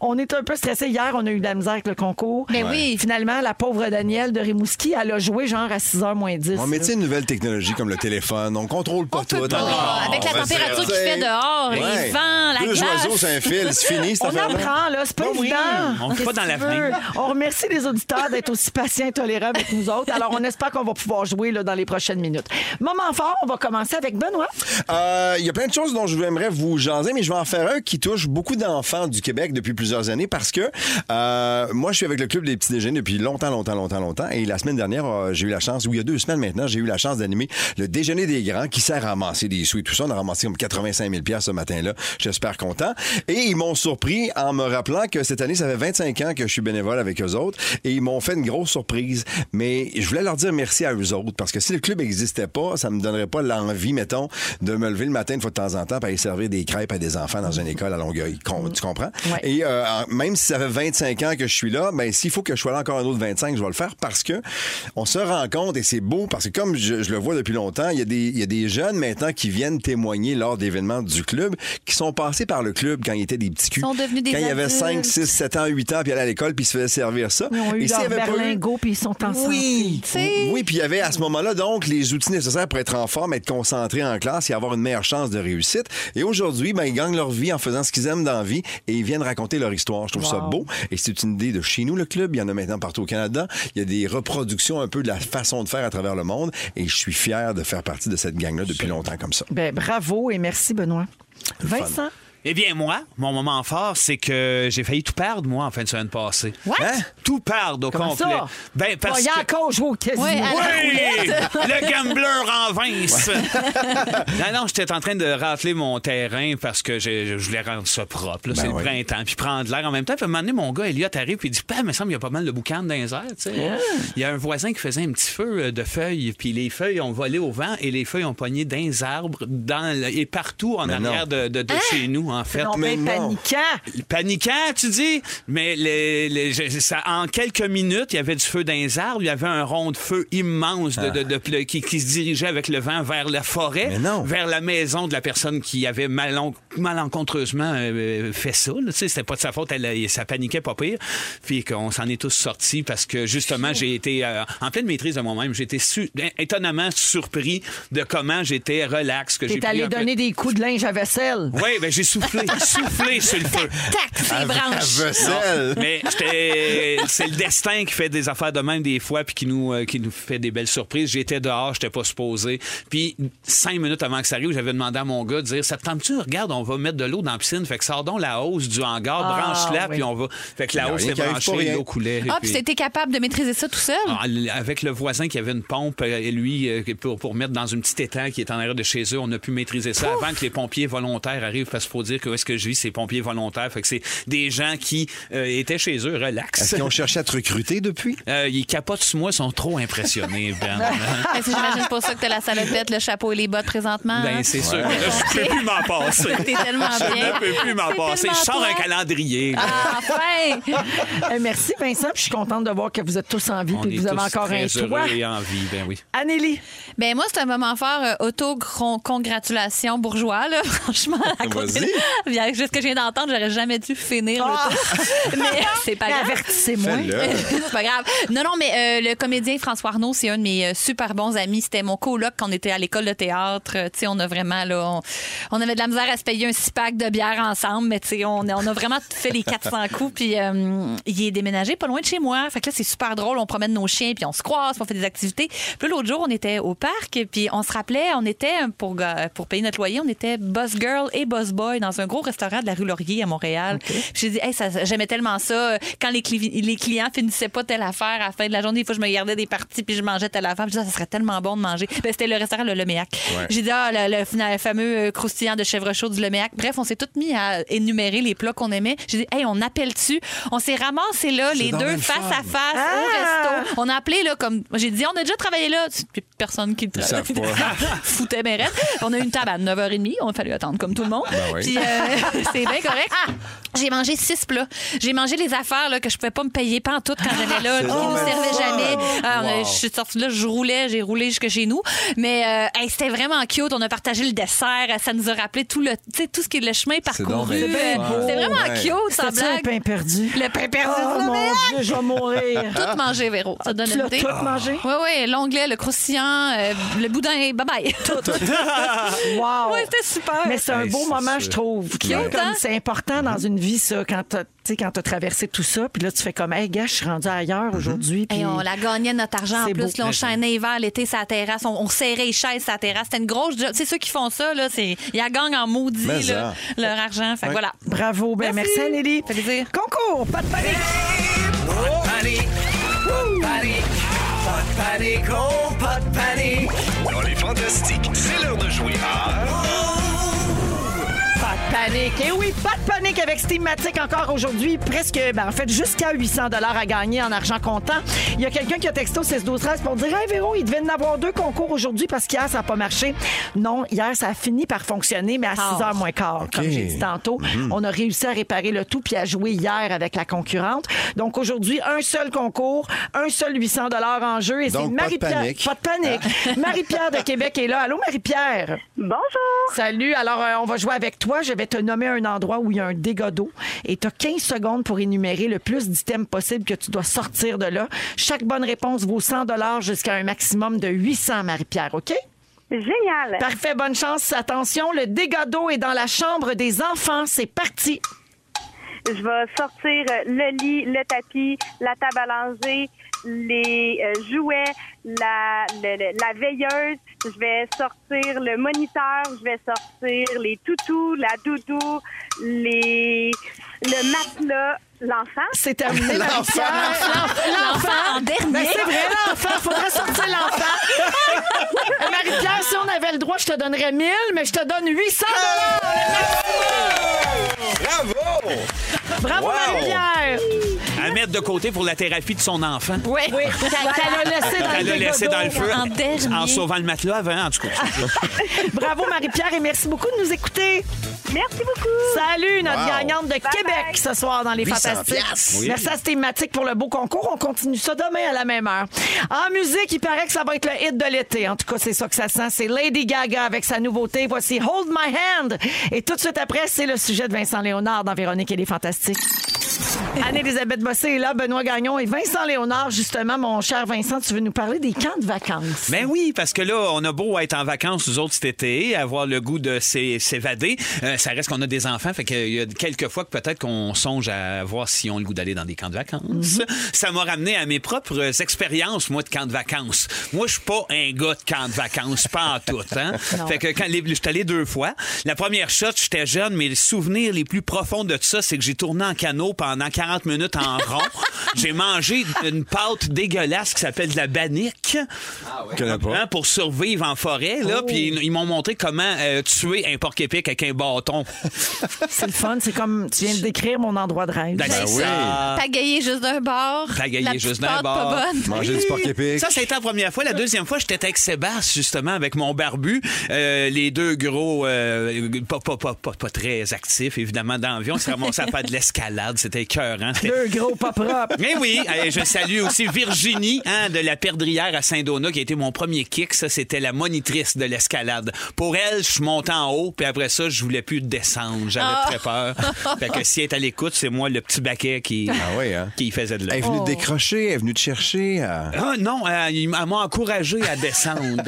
D: On est un peu stressé. Hier, on a eu de la misère avec le concours.
F: Ben oui.
D: Et finalement, la pauvre Danielle de Rimouski, elle a joué genre à 6h moins 10.
C: Ouais, mais tu sais, une nouvelle technologie comme le téléphone, on contrôle pas tout.
F: pas.
C: hein.
F: Avec
C: On
F: la
C: va se
F: température qu'il
C: dire,
F: fait dehors,
C: Ouais,
F: il les vents, la
C: Deux
F: glace.
C: oiseaux, c'est un fil. C'est fini, cette
D: On
C: affaire-là.
D: apprend, là. C'est pas
C: Ben oui.
D: évident.
E: On vit
D: Qu'est-ce
E: pas dans
D: que tu
E: l'avenir.
D: veux? On remercie les auditeurs d'être aussi patients et tolérants avec nous autres. Alors, on espère qu'on va pouvoir jouer là, dans les prochaines minutes. Moment fort, on va commencer avec Benoît.
C: Euh, Il y a plein de choses dont je aimerais vous jaser, mais je vais en faire un qui touche beaucoup d'enfants du Québec depuis plusieurs années parce que euh, moi, je suis avec le Club des petits déjeuners depuis longtemps, longtemps, longtemps, longtemps. Et la semaine dernière, euh, j'ai eu la chance, ou il y a deux semaines maintenant, j'ai eu la chance d'animer le déjeuner des grands qui sert à ramasser des sous et tout ça. On a ramassé comme 85 000 piastres ce matin-là. J'espère content. Et ils m'ont surpris en me rappelant que cette année, ça fait 25 ans que je suis bénévole avec eux autres et ils m'ont fait une grosse surprise. Mais je voulais leur dire merci à eux autres parce que si le club n'existait pas, ça me donnerait pas l'envie, mettons, de me lever le matin une fois de temps en temps pour aller servir des crêpes à des enfants dans une école à Longueuil. Com- Tu comprends? Et euh, en- même si ça fait 25 ans que je suis là, ben s'il faut que je sois là encore un autre 25, je vais le faire parce que on se rend compte et c'est beau parce que comme je, je le vois depuis longtemps, il y, a des, il y a des jeunes maintenant qui viennent témoigner lors d'événements du club qui sont passés par le club quand ils étaient des petits culs.
F: Sont devenus des
C: quand il y avait
F: adultes.
C: 5, 6, 7 ans, 8 ans, puis allaient à l'école, puis ils se faisaient servir ça.
D: Ils ont eu
C: Et s'il y
D: leur
C: avait pas eu-
D: berlingot, puis ils sont ensemble.
C: oui,
F: sais.
C: oui, puis il y avait à ce moment-là donc les outils nécessaires pour être en forme, être concentré en classe et avoir une meilleure chance de réussite. Et aujourd'hui, ben ils gagnent leur vie en faisant ce qu'ils aiment dans la vie et ils viennent raconter leur histoire. Je trouve ça beau et c'est une idée de chez nous le club, il y en a maintenant partout au Canada, il y a des reproductions un peu de la façon de faire à travers le monde et je suis fier de faire partie de cette gang-là depuis longtemps comme ça.
D: Ben, bravo et merci, Benoît.
C: fun.
D: Vincent,
E: Eh bien, moi, mon moment fort, c'est que j'ai failli tout perdre, moi, en fin de semaine passée.
F: What?
C: Hein?
E: Tout perdre au
D: comment
E: complet.
D: ça?
E: Ben, parce
D: Voyons
E: que...
D: encore jouer au casino.
F: Ouais, à-
E: Oui!
F: roulette.
E: Le gambler en vince! non, non, j'étais en train de rafler mon terrain parce que je, je voulais rendre ça propre. là. c'est
C: Ben oui.
E: le printemps. Puis prendre l'air en même temps. Puis à un moment donné, mon gars, Elliot, arrive puis il dit Pam, il me semble qu'il y a pas mal de boucan dans les airs. tu sais. Il y a un voisin qui faisait un petit feu euh, de feuilles. Puis les feuilles ont volé au vent et les feuilles ont pogné dans les arbres dans le- et partout en
C: Mais non.
E: arrière de, de- de chez nous, en fait.
D: Non,
C: Mais
D: ben,
C: non.
D: paniquant.
E: Paniquant, tu dis, mais les, les- je- ça, en quelques minutes, il y avait du feu dans les arbres, il y avait un rond de feu immense de, de- de- de- qui, qui se dirigeait avec le vent vers la forêt,
C: Mais non.
E: vers la maison de la personne qui avait malon- malencontreusement euh, fait ça. là. Tu sais, C'était pas de sa faute, elle, elle- ça paniquait pas pire. Puis qu'on s'en est tous sortis parce que justement, j'ai été euh, en pleine maîtrise de moi-même. J'ai été su- ben, étonnamment surpris de comment j'étais relax. que j'ai
D: T'es
E: pris
D: allé
E: un peu-
D: donner des coups de linge à vaisselle.
E: oui, ben j'ai soufflé, soufflé sur le feu.
F: Tac, Ah, ses
C: À
F: branches.
C: vaisselle.
E: Mais j'étais- c'est le destin qui fait des affaires de même des fois, puis qui nous, euh, qui nous fait des belles surprises. J'étais dehors, j'étais pas supposé. Puis cinq minutes avant que ça arrive, j'avais demandé à mon gars de dire Ça te tente-tu, regarde, on va mettre de l'eau dans la piscine. Fait que sors donc la hausse du hangar,
D: Ah,
E: branche-la,
D: oui.
E: puis on va. Fait que
C: Il y
E: la
C: a
E: hausse
C: rien
E: est
C: qui arrive pour
E: branchée,
C: rien.
E: l'eau coulait. et
F: Ah,
E: puis-
F: puis t'étais capable de maîtriser ça tout seul?
E: ah, l- Avec le voisin qui avait une pompe, euh, et lui, euh, pour, pour mettre dans une petite étang qui est en arrière de chez eux, on a pu maîtriser ça avant que les pompiers volontaires arrivent, parce qu'il faut dire que où est-ce que je vis, c'est pompiers volontaires. Fait que c'est des gens qui euh, étaient chez eux, relax.
C: Est-ce qu'ils ont cherché à te recruter depuis?
E: Euh, ils capotent sur moi, ils sont trop impressionnés, Ben.
F: Parce que J'imagine pas ça que t'as la salopette, le chapeau et les bottes présentement. hein?
E: ben, c'est sûr. Je peux plus m'en passer.
F: T'es tellement bien.
E: Je peux plus m'en
F: C'est
E: passer.
F: tellement
E: Je sors un
F: toi.
E: calendrier. là.
F: Ah, enfin!
D: Euh, merci, Vincent. puis Je suis contente de voir que vous êtes tous en vie
E: On
D: et que
E: est
D: vous avez
E: tous
D: encore
E: très
D: un
E: heureux
D: toit.
E: et en vie, ben oui.
D: Anélie,
F: Ben moi, c'est un moment fort euh, auto-congratulation bourgeois, là, franchement. à côté de- Bien, juste ce que je viens d'entendre, j'aurais jamais dû finir l'auto. Mais euh, c'est pas grave.
D: avertissez-moi.
C: Fais-le.
F: c'est pas grave. Non, non, mais euh, le comédien François Arnaud, c'est un de mes euh, super bons amis. C'était mon coloc quand on était à l'école de théâtre. Euh, tu sais, on a vraiment, là, on, on avait de la misère à se payer un six pack de bière ensemble, mais tu sais, on, a- on a vraiment fait les 400 coups. Puis euh, il est déménagé pas loin de chez moi. Fait que là, c'est super drôle. On promène nos chiens, puis on se croise, puis on fait des activités. Puis là, l'autre jour, on était au parc, puis on se rappelait, on était, euh, pour, ga- pour payer notre loyer, on était boss girl et boss boy dans un gros restaurant de la rue Laurier à Montréal. Puis J'ai dit, hey, ça- ça- j'aimais tellement ça. Euh, Quand les, cli- les clients finissaient pas telle affaire à la fin de la journée, des fois, je me gardais des parties puis je mangeais telle affaire. Puis je disais, Ah, ça serait tellement bon de manger. Ben, C'était le restaurant Le Loméac. J'ai dit, ah, le, le fina- le fameux euh, croustillant de chèvre chaud du Loméac. Bref, on s'est toutes mis à énumérer les plats qu'on aimait. J'ai dit, hey, on appelle-tu? On s'est ramassés là, les
C: donc
F: deux
C: bien le
F: face
C: fun.
F: à face au resto. On a appelé, là, comme. J'ai dit, on a déjà travaillé là. Puis personne qui
C: Ils savent pas.
F: foutait mes rêves. On a eu une table à 9h30. On a fallu attendre comme tout le monde.
C: Ben oui.
F: Puis euh, c'est bien correct. J'ai mangé six plats. J'ai mangé les affaires là, que je pouvais pas me payer pas en tout quand j'allais là, qui
C: donc
F: nous
C: bien
F: servaient
C: le fun.
F: jamais. Ah, on a-
C: Wow.
F: Je suis sortie de là, je roulais, j'ai roulé jusque chez nous. Mais euh, hey, c'était vraiment cute. On a partagé le dessert. Ça nous a rappelé tout le, tu sais, tout ce qui est le chemin
C: donc
F: parcouru.
C: bien
D: le fun.
F: Euh, C'était vraiment
C: Ouais.
F: cute, sans
D: C'était un
F: blague.
D: pain perdu.
F: Le pain perdu,
D: Oh
F: c'est
D: mon
F: merveilleux.
D: Dieu, je vais mourir.
C: Ah.
F: Tout manger, Véro. Ça donne
D: Tu
F: une
D: l'as
F: idée. Ah.
D: tout mangé?
F: Oui, oui, l'onglet, le croustillant, euh, le boudin, bye bye.
D: Wow.
F: Ouais, c'était super.
D: Mais c'est un
E: Hey,
D: beau
E: c'est
D: moment,
E: sûr.
D: je trouve. sauve. Qui est
F: Cute,
D: comme-
F: hein?
D: C'est important dans une vie, ça, quand t'as tu sais, quand t'as traversé tout ça. Puis là, tu fais comme, hey, gars, je suis rendu ailleurs
E: Mm-hmm.
D: aujourd'hui.
F: Et
D: puis-
F: on la gagnait notre argent en
D: C'est
F: plus.
D: beau.
F: Là, on chaînait hiver, l'été, sa terrasse. On, on serrait les chaises, sa terrasse. C'était une grosse job. C'est ceux qui font ça. Là, c'est, ils la gagnent en maudit
C: Mais
F: là,
C: ça.
F: leur argent. Fait que
C: Ouais.
F: voilà.
D: Bravo. Ben, merci,
F: Merci.
D: Anneli.
F: Fait plaisir.
D: Concours, pas de panique.
G: panique, pas de panique, pas de panique, oh, pas de panique.
H: Dans les fantastiques, c'est l'heure de jouer à...
D: Pas de panique. Et oui, pas de panique avec Steamatic encore aujourd'hui. Presque, ben, en fait, jusqu'à 800 dollars à gagner en argent comptant. Il y a quelqu'un qui a texto 16 12 13 pour dire Hey Véro, il devait en avoir deux concours aujourd'hui parce qu'hier, ça n'a pas marché. Non, hier, ça a fini par fonctionner, mais à 6
F: Ah.
D: h moins quart, comme j'ai dit tantôt. On a réussi à réparer le tout puis à jouer hier avec la concurrente. Donc aujourd'hui, un seul concours, un seul 800 dollars en jeu. Et c'est
C: Donc, pas de
D: Marie-Pierre.
C: panique.
D: Pas
C: Ah.
D: de panique. Marie-Pierre de Québec est là. Allô, Marie-Pierre?
I: Bonjour.
D: Salut, alors euh, on va jouer avec toi. Je vais te nommer un endroit où il y a un dégât d'eau et tu as 15 secondes pour énumérer le plus d'items possible que tu dois sortir de là. Chaque bonne réponse vaut 100 dollars jusqu'à un maximum de 800, Marie-Pierre, OK?
I: Génial.
D: Parfait, bonne chance. Attention, le dégât d'eau est dans la chambre des enfants. C'est parti.
I: Je vais sortir euh, le lit, le tapis, la table à langer, les euh, jouets, la, le- le- la veilleuse. Je vais sortir le moniteur. Je vais sortir les toutous, la doudou, les, le matelas, l'enfant.
D: C'est terminé, Marie-Pierre.
F: L'enfant en
D: Ben,
F: dernier.
D: c'est vrai, l'enfant. Faudrait sortir l'enfant. Marie-Pierre, si on avait le droit, je te donnerais 1000, mais je te donne 800 dollars.
C: Bravo!
D: Bravo,
C: Wow.
D: Marie-Pierre.
E: À mettre de côté pour la thérapie de son enfant.
D: Oui. Elle l'a laissé dans
E: Elle
D: le
E: l'a
D: dégât
E: laissé dans le
D: d'eau.
E: feu
F: En dernier.
E: en sauvant le matelas avant, en tout cas.
D: Bravo Marie-Pierre et merci beaucoup de nous écouter.
I: Merci beaucoup.
D: Salut notre
C: Wow.
D: gagnante de Québec ce soir dans les
C: 800
D: Fantastiques.
C: piastres. Oui.
D: Merci à Stématique pour le beau concours. On continue ça demain à la même heure. En musique, il paraît que ça va être le hit de l'été. En tout cas, c'est ça que ça sent. C'est Lady Gaga avec sa nouveauté. Voici Hold My Hand. Et tout de suite après, c'est le sujet de Vincent Léonard dans Véronique et les Fantastiques. Anne-Elisabeth Bossé est là, Benoît Gagnon et Vincent Léonard. Justement, mon cher Vincent, tu veux nous parler des camps de vacances.
E: Ben oui, parce que là, on a beau être en vacances, nous autres, cet été, avoir le goût de s'é- s'évader, euh, ça reste qu'on a des enfants, fait qu'il y a quelques fois que peut-être qu'on songe à voir si on a le goût d'aller dans des camps de vacances. Ça m'a ramené à mes propres expériences, moi, de camps de vacances. Moi, je suis pas un gars de camp de vacances, pas en tout. Hein? fait que quand les- je suis allé deux fois, la première shot, j'étais jeune, mais les souvenirs les plus profonds de ça, c'est que j'ai tourné en canot pendant 40 minutes en rond. j'ai mangé une pâte dégueulasse qui s'appelle de la banique.
C: Je connais pas.
E: Hein, pour survivre en forêt. Là, Puis ils, ils m'ont montré comment euh, tuer un porc-épic avec un bâton.
D: C'est le fun. C'est comme tu viens de décrire mon endroit de rêve.
E: Ben,
C: Ben
E: c'est
C: oui.
E: ça.
F: Pagayer juste d'un bord.
E: Pagayer
F: la
E: juste
F: petite
E: d'un
F: pâte
E: bord.
F: Pas bonne.
C: Manger du porc épic.
E: Ça, c'était la première fois. La deuxième fois, j'étais avec Sébastien, justement, avec mon barbu. Euh, les deux gros, euh, pas, pas, pas, pas, pas très actifs, évidemment, dans la vie. On s'est ramassé à faire de l'escalade. C'était écœurant. C'était-
D: Deux gros pas propres.
E: Mais oui, euh, je salue aussi Virginie hein, de la Perdrière à Saint-Donat qui a été mon premier kick. Ça, c'était la monitrice de l'escalade. Pour elle, je montais en haut, puis après ça, je voulais plus descendre. J'avais très peur. Fait que si elle est à l'écoute, c'est moi le petit baquet qui,
C: Ah oui, hein?
E: qui faisait de
C: Elle est
E: l'air.
C: venue te décrocher, elle est venue te chercher. à-
E: Ah non, euh, ils m'a- elle m'a encouragé à descendre.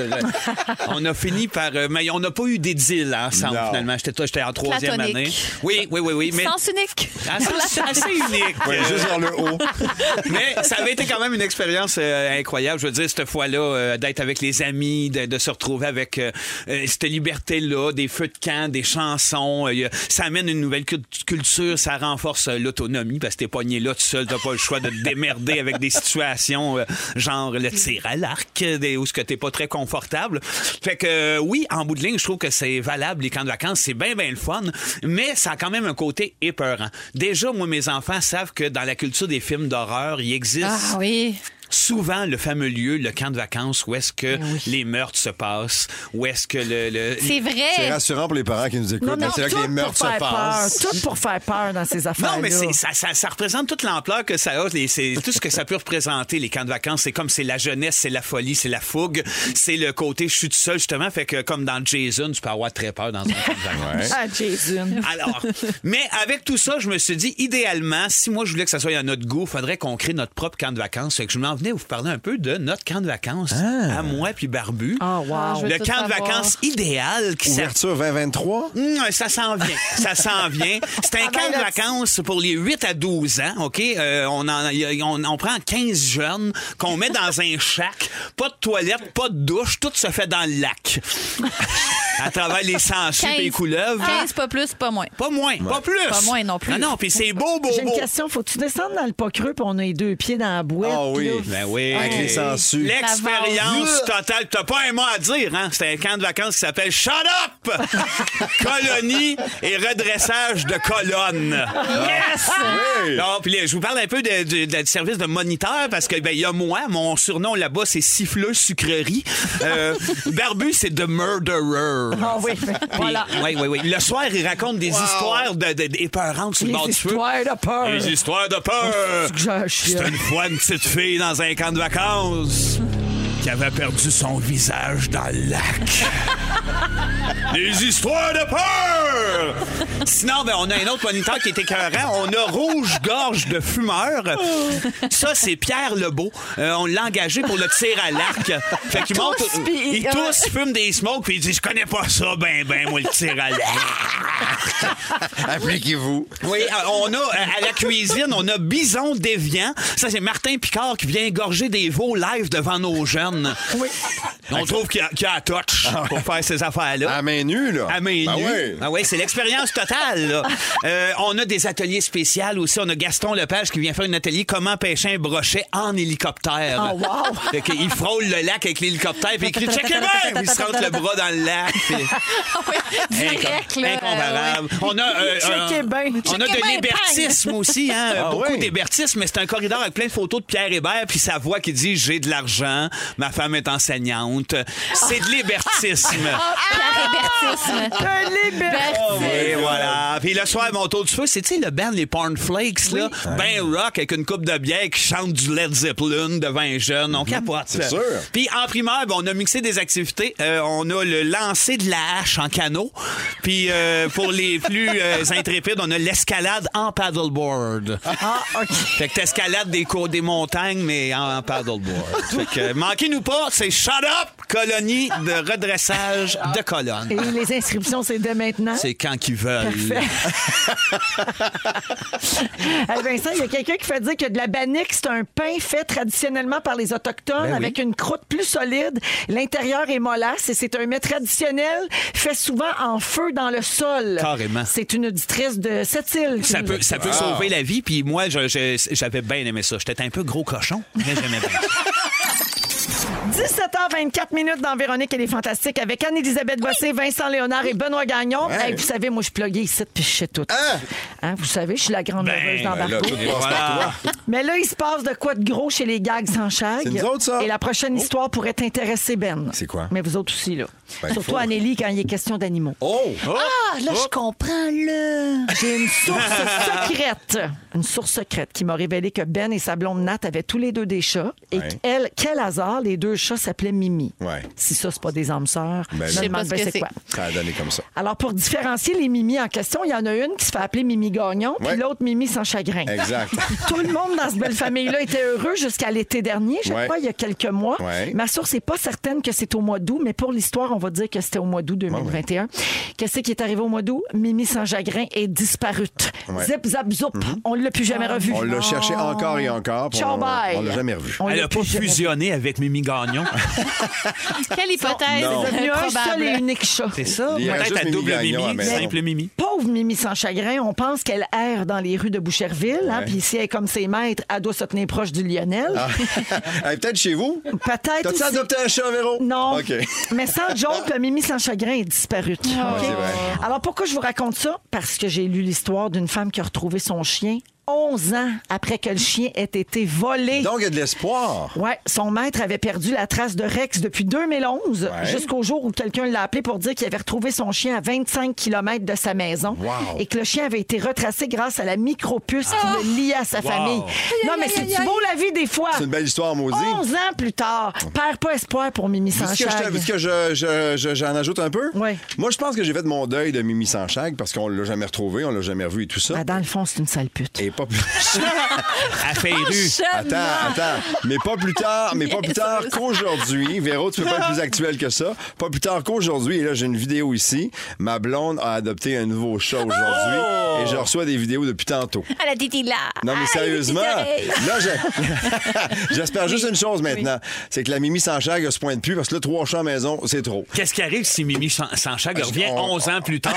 E: on a fini par... euh, mais on n'a pas eu des deals ensemble,
C: Non.
E: finalement. J'étais toi, j'étais en troisième
F: Platonique.
E: année. Oui, oui, oui, oui. Mais...
F: Sens unique.
E: Ah, ça, c'est assez unique.
C: Ouais, juste vers le haut.
E: Mais ça avait été quand même une expérience euh, incroyable. Je veux dire, cette fois-là, euh, d'être avec les amis, de, de se retrouver avec euh, euh, cette liberté-là, des feux de camp, des chansons. euh, y a- ça amène une nouvelle cult- culture, ça renforce euh, l'autonomie parce que t'es pogné là tout seul, t'as pas le choix de te démerder avec des situations euh, genre le tir à l'arc, euh, des- où ce que t'es pas très confortable. Fait que euh, oui, en bout de ligne, je trouve que c'est valable les camps de vacances, c'est bien bien le fun, mais ça a quand même un côté épeurant. Déjà, moi mes enfants savent que dans la culture des films d'horreur, il existe
F: Ah oui.
E: souvent le fameux lieu, le camp de vacances, où est-ce que les meurtres se passent, où est-ce que le... le-
F: C'est vrai.
C: C'est rassurant pour les parents qui nous écoutent. mais c'est là que
D: tout
C: les meurtres
D: pour
C: se
D: faire peur.
C: passent.
D: Tout pour faire peur dans ces affaires-là.
E: Non, mais c'est- ça, ça, ça représente toute l'ampleur que ça a. les- C'est tout ce que ça peut représenter, les camps de vacances. C'est comme c'est la jeunesse, c'est la folie, c'est la fougue. C'est le côté je suis tout seul, justement. Fait que comme dans Jason, tu peux avoir très peur dans un camp de vacances.
D: Ah, Jason.
E: Alors, mais avec tout ça, je me suis dit, idéalement, si moi je voulais que ça soit à notre goût, faudrait qu'on crée notre propre camp de vacances. Fait que je m'en venais vous parler un peu de notre camp de vacances à moi puis Barbu.
D: Ah, wow.
F: Ah, je veux
E: Le
F: tout
E: camp de
F: savoir.
E: vacances idéal qui sert
C: Ouverture 2023.
E: Hum, ça s'en vient. Ça s'en vient. C'est
F: Ah, ben,
E: un camp de vacances pour les 8 à 12 ans, OK? Euh, on, en- y a- on, on prend 15 jeunes qu'on met dans un shack. Pas de toilette, pas de douche. Tout se fait dans le lac. à travers les sangsues et les couleuvres.
F: 15, pas plus, pas moins.
E: Pas moins, pas plus.
F: Pas moins non plus.
E: Non, non, puis c'est beau, beau,
D: J'ai une
E: beau.
D: question. Faut-tu descendre dans le pas creux puis on a les deux pieds dans la boîte?
C: Ah oui.
D: là?
E: Ben oui.
C: Avec les sangsues.
E: L'expérience totale. T'as pas un mot à dire, hein? C'était un camp de vacances qui s'appelle Shut Up! Colonie et redressage de colonnes. Yes!
C: Oui.
E: Non, puis là, je vous parle un peu de- de- de- du service de moniteur parce que ben il y a moi, mon surnom là-bas c'est siffleux sucrerie. Euh, Barbu c'est the murderer.
D: Ah oui.
E: Voilà. Oui, oui, oui. Le soir, il raconte des histoires de, de- d'épeurantes sur le
D: Les
E: bord du feu.
D: histoires de peur.
E: Les histoires de peur.
D: C'est que j'ai un chien.
E: C'était une fois une petite fille dans un camp de vacances qui avait perdu son visage dans le lac. Des histoires de peur! Sinon, ben, on a un autre moniteur qui est écœurant. On a Rouge-Gorge de fumeur. Ça, c'est Pierre Lebeau. Euh, on l'a engagé pour le tir à l'arc. Fait qu'il monte. Il tous fume des smokes, puis il dit Je connais pas ça, ben, ben, moi, le tir à l'arc.
D: Ah
C: Appliquez-vous.
E: Oui, euh, on a euh, à la cuisine, on a Bison Déviant. Ça, c'est Martin Picard qui vient égorger des veaux live devant nos jeunes. Oui. On trouve qu'il y a, qu'il y a la touch pour faire ces affaires-là.
D: Ah.
C: À main nue, là.
E: À main
C: Ben
E: nue.
C: oui.
E: Ah ouais, c'est l'expérience totale. là. Euh, on a des ateliers spéciaux aussi. On a Gaston Lepage qui vient faire un atelier comment pêcher un brochet en hélicoptère.
D: Ah, wow!
E: Fait qu'il- il frôle le lac avec l'hélicoptère puis il crie check it out! Puis Il se rentre le bras dans le lac. puis-
F: Direct, là.
E: Incomparable. On a, euh,
D: Checkez
E: euh,
D: bien.
E: on a
F: Checkez
E: de
F: bien,
E: l'hébertisme aussi, hein?
C: Ah
E: beaucoup
C: oui.
E: d'hébertisme, mais c'est un corridor avec plein de photos de Pierre Hébert, puis sa voix qui dit J'ai de l'argent, ma femme est enseignante. C'est de l'hébertisme. Ah!
F: Rébertisme.
D: Un libéral.
C: Oh
E: Et voilà. Puis le soir, mon tour du feu, c'est, tu sais, le band Les Porn Flakes, là. Ben rock avec une coupe de bière qui chante du Led Zeppelin devant un jeune. On capote.
C: Mhm. C'est sûr.
E: Puis en primaire, ben, on a mixé des activités. Euh, on a le lancer de la hache en canot. Puis euh, pour les plus euh, intrépides, on a l'escalade en paddleboard.
D: Ah, OK.
E: Fait que t'escalades des cours des montagnes, mais en, en paddleboard. Fait que euh, manquez-nous pas, c'est Shut Up, colonie de redressage de colonnes.
D: Et les inscriptions, c'est dès maintenant.
E: C'est quand qu'ils veulent.
D: Mmh. Hey, Vincent, il y a quelqu'un qui fait dire que de la bannique, c'est un pain fait traditionnellement par les Autochtones
E: Ben oui.
D: avec une croûte plus solide. L'intérieur est mollasse et c'est un mets traditionnel fait souvent en feu dans le sol.
E: Carrément.
D: C'est une auditrice de cette île.
E: Ça peut, ça
C: Ah.
E: peut sauver la vie. Puis moi, je- je- j'avais bien aimé ça. J'étais un peu gros cochon, mais j'aimais bien.
D: 17h24 minutes dans Véronique et les Fantastiques avec Anne-Élisabeth Bossé, Vincent Léonard et Benoît Gagnon.
C: Ouais.
D: Hey, vous savez, moi, je suis pluguée ici puis je sais tout.
C: Hein?
D: Hein, vous savez, je suis la grande
E: Ah! Ben,
D: nerveuse dans
C: Ben là,
D: Barbeau.
C: tout
E: Et
C: passe par
E: voilà.
C: toi.
D: Mais là, il se passe de quoi de gros chez les gags sans chag.
C: C'est nous autres, ça. Oh.
D: Et la prochaine histoire pourrait t'intéresser, Ben.
C: C'est quoi?
D: Mais vous autres aussi, là.
C: Ben,
D: Surtout
C: faut.
D: Anélie, quand il est question d'animaux.
C: Oh!
F: Ah, là, je comprends, là.
D: J'ai une source secrète. Une source secrète qui m'a révélé que Ben et sa blonde Nat avaient tous les deux des chats. Et
C: Ouais.
D: elle, quel hasard, les deux chats s'appelaient Mimi.
C: Ouais.
D: Si ça, c'est pas des âmes sœurs, je me
C: Ben, non.
F: Je sais pas
D: demande
F: ce
D: bien
F: que
D: c'est
F: c'est.
D: quoi.
C: Ça a donné comme ça.
D: Alors, pour différencier les Mimi en question, il y en a une qui se fait appeler Mimi Gagnon,
C: Ouais.
D: puis l'autre Mimi sans chagrin.
C: Exact.
D: Tout le monde dans cette belle famille-là était heureux jusqu'à l'été dernier, je
C: Ouais.
D: crois, il y a quelques mois.
C: Ouais.
D: Ma source n'est pas certaine que c'est au mois d'août, mais pour l'histoire, on va dire que c'était au mois d'août 2021. Qu'est-ce qui est arrivé au mois d'août? Mimi sans chagrin est disparue.
C: Ouais. Mhm.
D: Zip, zap, zoup. On ne l'a plus
E: Ah.
D: jamais revue.
C: On l'a cherché encore et encore. puis
D: Ciao,
C: on
D: bye.
C: on l'a jamais revu.
D: On
E: Elle
D: l'a
E: a pas
D: plus jamais vue.
E: fusionné avec Mimi Gagnon.
F: Quelle hypothèse
C: Non.
D: Il y a un seul et
F: probable.
D: unique chat.
E: C'est ça?
C: Il y aurait
E: Peut-être
C: juste
E: à
C: Mimi
E: double
C: Gagnon à la
E: Mimi,
C: maison.
E: simple Mimi.
D: Pauvre Mimi sans chagrin, on pense qu'elle erre dans les rues de Boucherville. hein, Puis si elle est comme ses maîtres, elle doit se tenir proche du Lionel.
C: Ah. Elle est peut-être chez vous?
D: Peut-être
C: T'as-tu
D: aussi-
C: adopté un chat, Véro?
D: Non.
C: OK.
D: Mais sans joke, le Mimi sans chagrin est disparu. OK?
C: Ah, c'est vrai.
D: Alors pourquoi je vous raconte ça? Parce que j'ai lu l'histoire d'une femme qui a retrouvé son chien 11 ans après que le chien ait été volé.
C: Donc, il y a de l'espoir.
D: Ouais, son maître avait perdu la trace de Rex depuis 2011
C: Ouais.
D: jusqu'au jour où quelqu'un l'a appelé pour dire qu'il avait retrouvé son chien à 25 km de sa maison
C: Wow.
D: et que le chien avait été retracé grâce à la micropuce qui
C: Ah!
D: le liait à sa famille. Non, mais c'est beau la vie des fois.
C: C'est une belle histoire, maudit.
D: 11 ans plus tard, perds pas espoir pour Mimi
C: Est-ce que,
D: Sanchag.
C: je, est-ce que je- je- je- j'en ajoute un peu?
D: Ouais.
C: Moi, je pense que j'ai fait de mon deuil de Mimi Sanchag parce qu'on l'a jamais retrouvé, on l'a jamais revu et tout ça.
D: Ah, Ben, dans le fond, c'est une sale pute.
C: Et pas plus.
E: à
D: Ah,
E: Feyru.
C: Attends, attends. Mais pas plus tard, mais pas plus tard qu'aujourd'hui. Véro, tu peux pas être
D: Ah.
C: plus actuel que ça. Pas plus tard qu'aujourd'hui. Et là, j'ai une vidéo ici. Ma blonde a adopté un nouveau chat aujourd'hui.
D: Oh!
C: Et je reçois des vidéos depuis tantôt.
F: À la titi là.
C: Non, mais sérieusement, là, j'ai- j'espère juste une chose maintenant. C'est que la Mimi Sanchag a ce point de plus parce que là, trois chats à maison, c'est trop.
E: Qu'est-ce qui arrive si Mimi San- Sanchag revient
C: Ah, on-
E: 11 ans plus tard?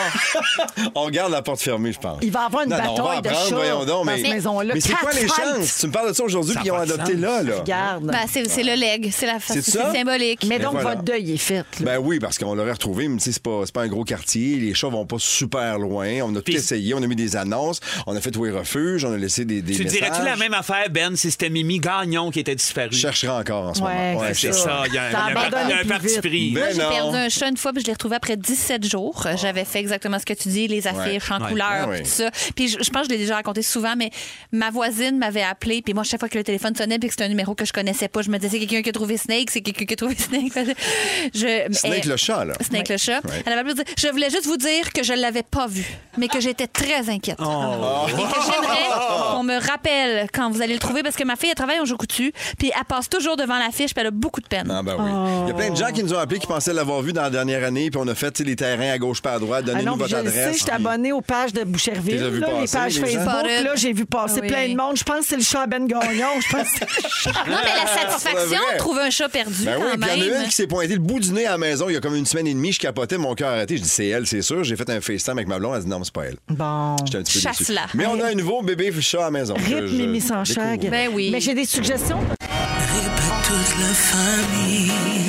C: On garde la porte fermée, je pense.
D: Il va avoir une
C: Non, non, on va
D: bataille de
C: apprendre,
D: chats
C: voyons donc,
D: dans
C: mais-
D: cette maison-là.
C: Mais c'est
D: Quatre
C: quoi les
D: fights.
C: chances? Tu me parles de ça aujourd'hui,
E: Ça
C: puis ils
E: a
C: ont
E: pas de
C: adopté
E: sens.
C: là, là.
D: Regarde.
F: Ben, c'est c'est le leg, c'est la
C: C'est
F: face,
C: ça?
F: c'est symbolique.
D: mais
C: ben
D: donc,
C: Bah, voilà.
D: votre deuil est fait. là.
E: Hein?
C: Ben oui, parce qu'on l'aurait retrouvé, mais tu sais, c'est pas, c'est pas un gros quartier. Les chats vont pas super loin. On a tout
E: Puis-
C: essayé, on a mis des annonces, on a fait tous les refuges, on a laissé des, des
E: Tu
C: messages.
E: dirais-tu la même affaire, Ben, si c'était Mimi Gagnon qui était disparue?
C: Je chercherai encore en ce moment.
D: Ouais,
E: C'est ça, il y a
D: T'as
E: un, il y a un par-
D: abandonné
E: il y a un
D: plus
E: parti
D: vite.
E: pris.
C: Ben
F: Moi, j'ai
C: non.
F: perdu un chat une fois, puis je l'ai retrouvé après 17 jours. Euh, J'avais fait exactement ce que tu dis, les affiches en
E: Ouais.
F: couleur,
C: Ben oui.
F: puis tout ça. Puis je, je pense que je l'ai déjà raconté souvent, mais ma voisine m'avait appelé, puis moi, chaque fois que le téléphone sonnait, puis que c'était un numéro que je connaissais pas, je me disais, c'est quelqu'un qui a trouvé Snake, c'est quelqu'un qui a trouvé Snake. je,
C: Snake
F: Eh,
C: le chat, là.
F: Snake le chat.
C: Ouais.
F: Elle m'avait appelé pour dire, je voulais juste vous dire que je l'avais pas vu, mais que j'étais très inquiète.
C: Oh.
F: Et que j'aimerais qu'on me rappelle quand vous allez le trouver, parce que ma fille, elle travaille au jeu coutu, puis elle passe toujours devant l'affiche, puis elle a beaucoup de peine.
C: Ah ben oui. Il y a plein de gens qui nous ont appelés qui pensaient l'avoir vu dans la dernière année, puis on a fait tu sais, les terrains à gauche pas à droite,
D: Ah
C: donnez-nous
D: non, puis
C: votre
D: je le
C: adresse.
D: sais, je suis
C: puis-
D: abonnée aux pages de
C: Tu les as
D: Boucherville,
C: vues
D: là, les
C: passer,
D: pages
C: les gens?
D: Facebook.
F: Spotted.
D: Là, j'ai vu passer
F: Oui.
D: plein de monde. Je pense que c'est le chat à Ben Gagnon. Je pense que-
F: Ah, Non, mais la
C: c'est
F: satisfaction
C: vrai.
F: de trouver un chat perdu
C: Ben oui,
F: quand
C: puis il y en a
F: même.
C: une qui s'est pointée le bout du nez à la maison il y a comme une semaine et demie, je capotais, mon cœur arrêté. Je dis c'est elle, c'est sûr. J'ai fait un FaceTime avec ma blonde, elle dit non, mais c'est pas elle.
D: Bon.
C: J'étais un petit peu déçu.
F: Chasse-la.
C: Mais on a un nouveau bébé chat à la maison.
D: Rip
C: que je
D: Mimi Sanchag.
C: découvre.
F: Ben oui.
D: Mais j'ai des suggestions.
G: Rip à toute la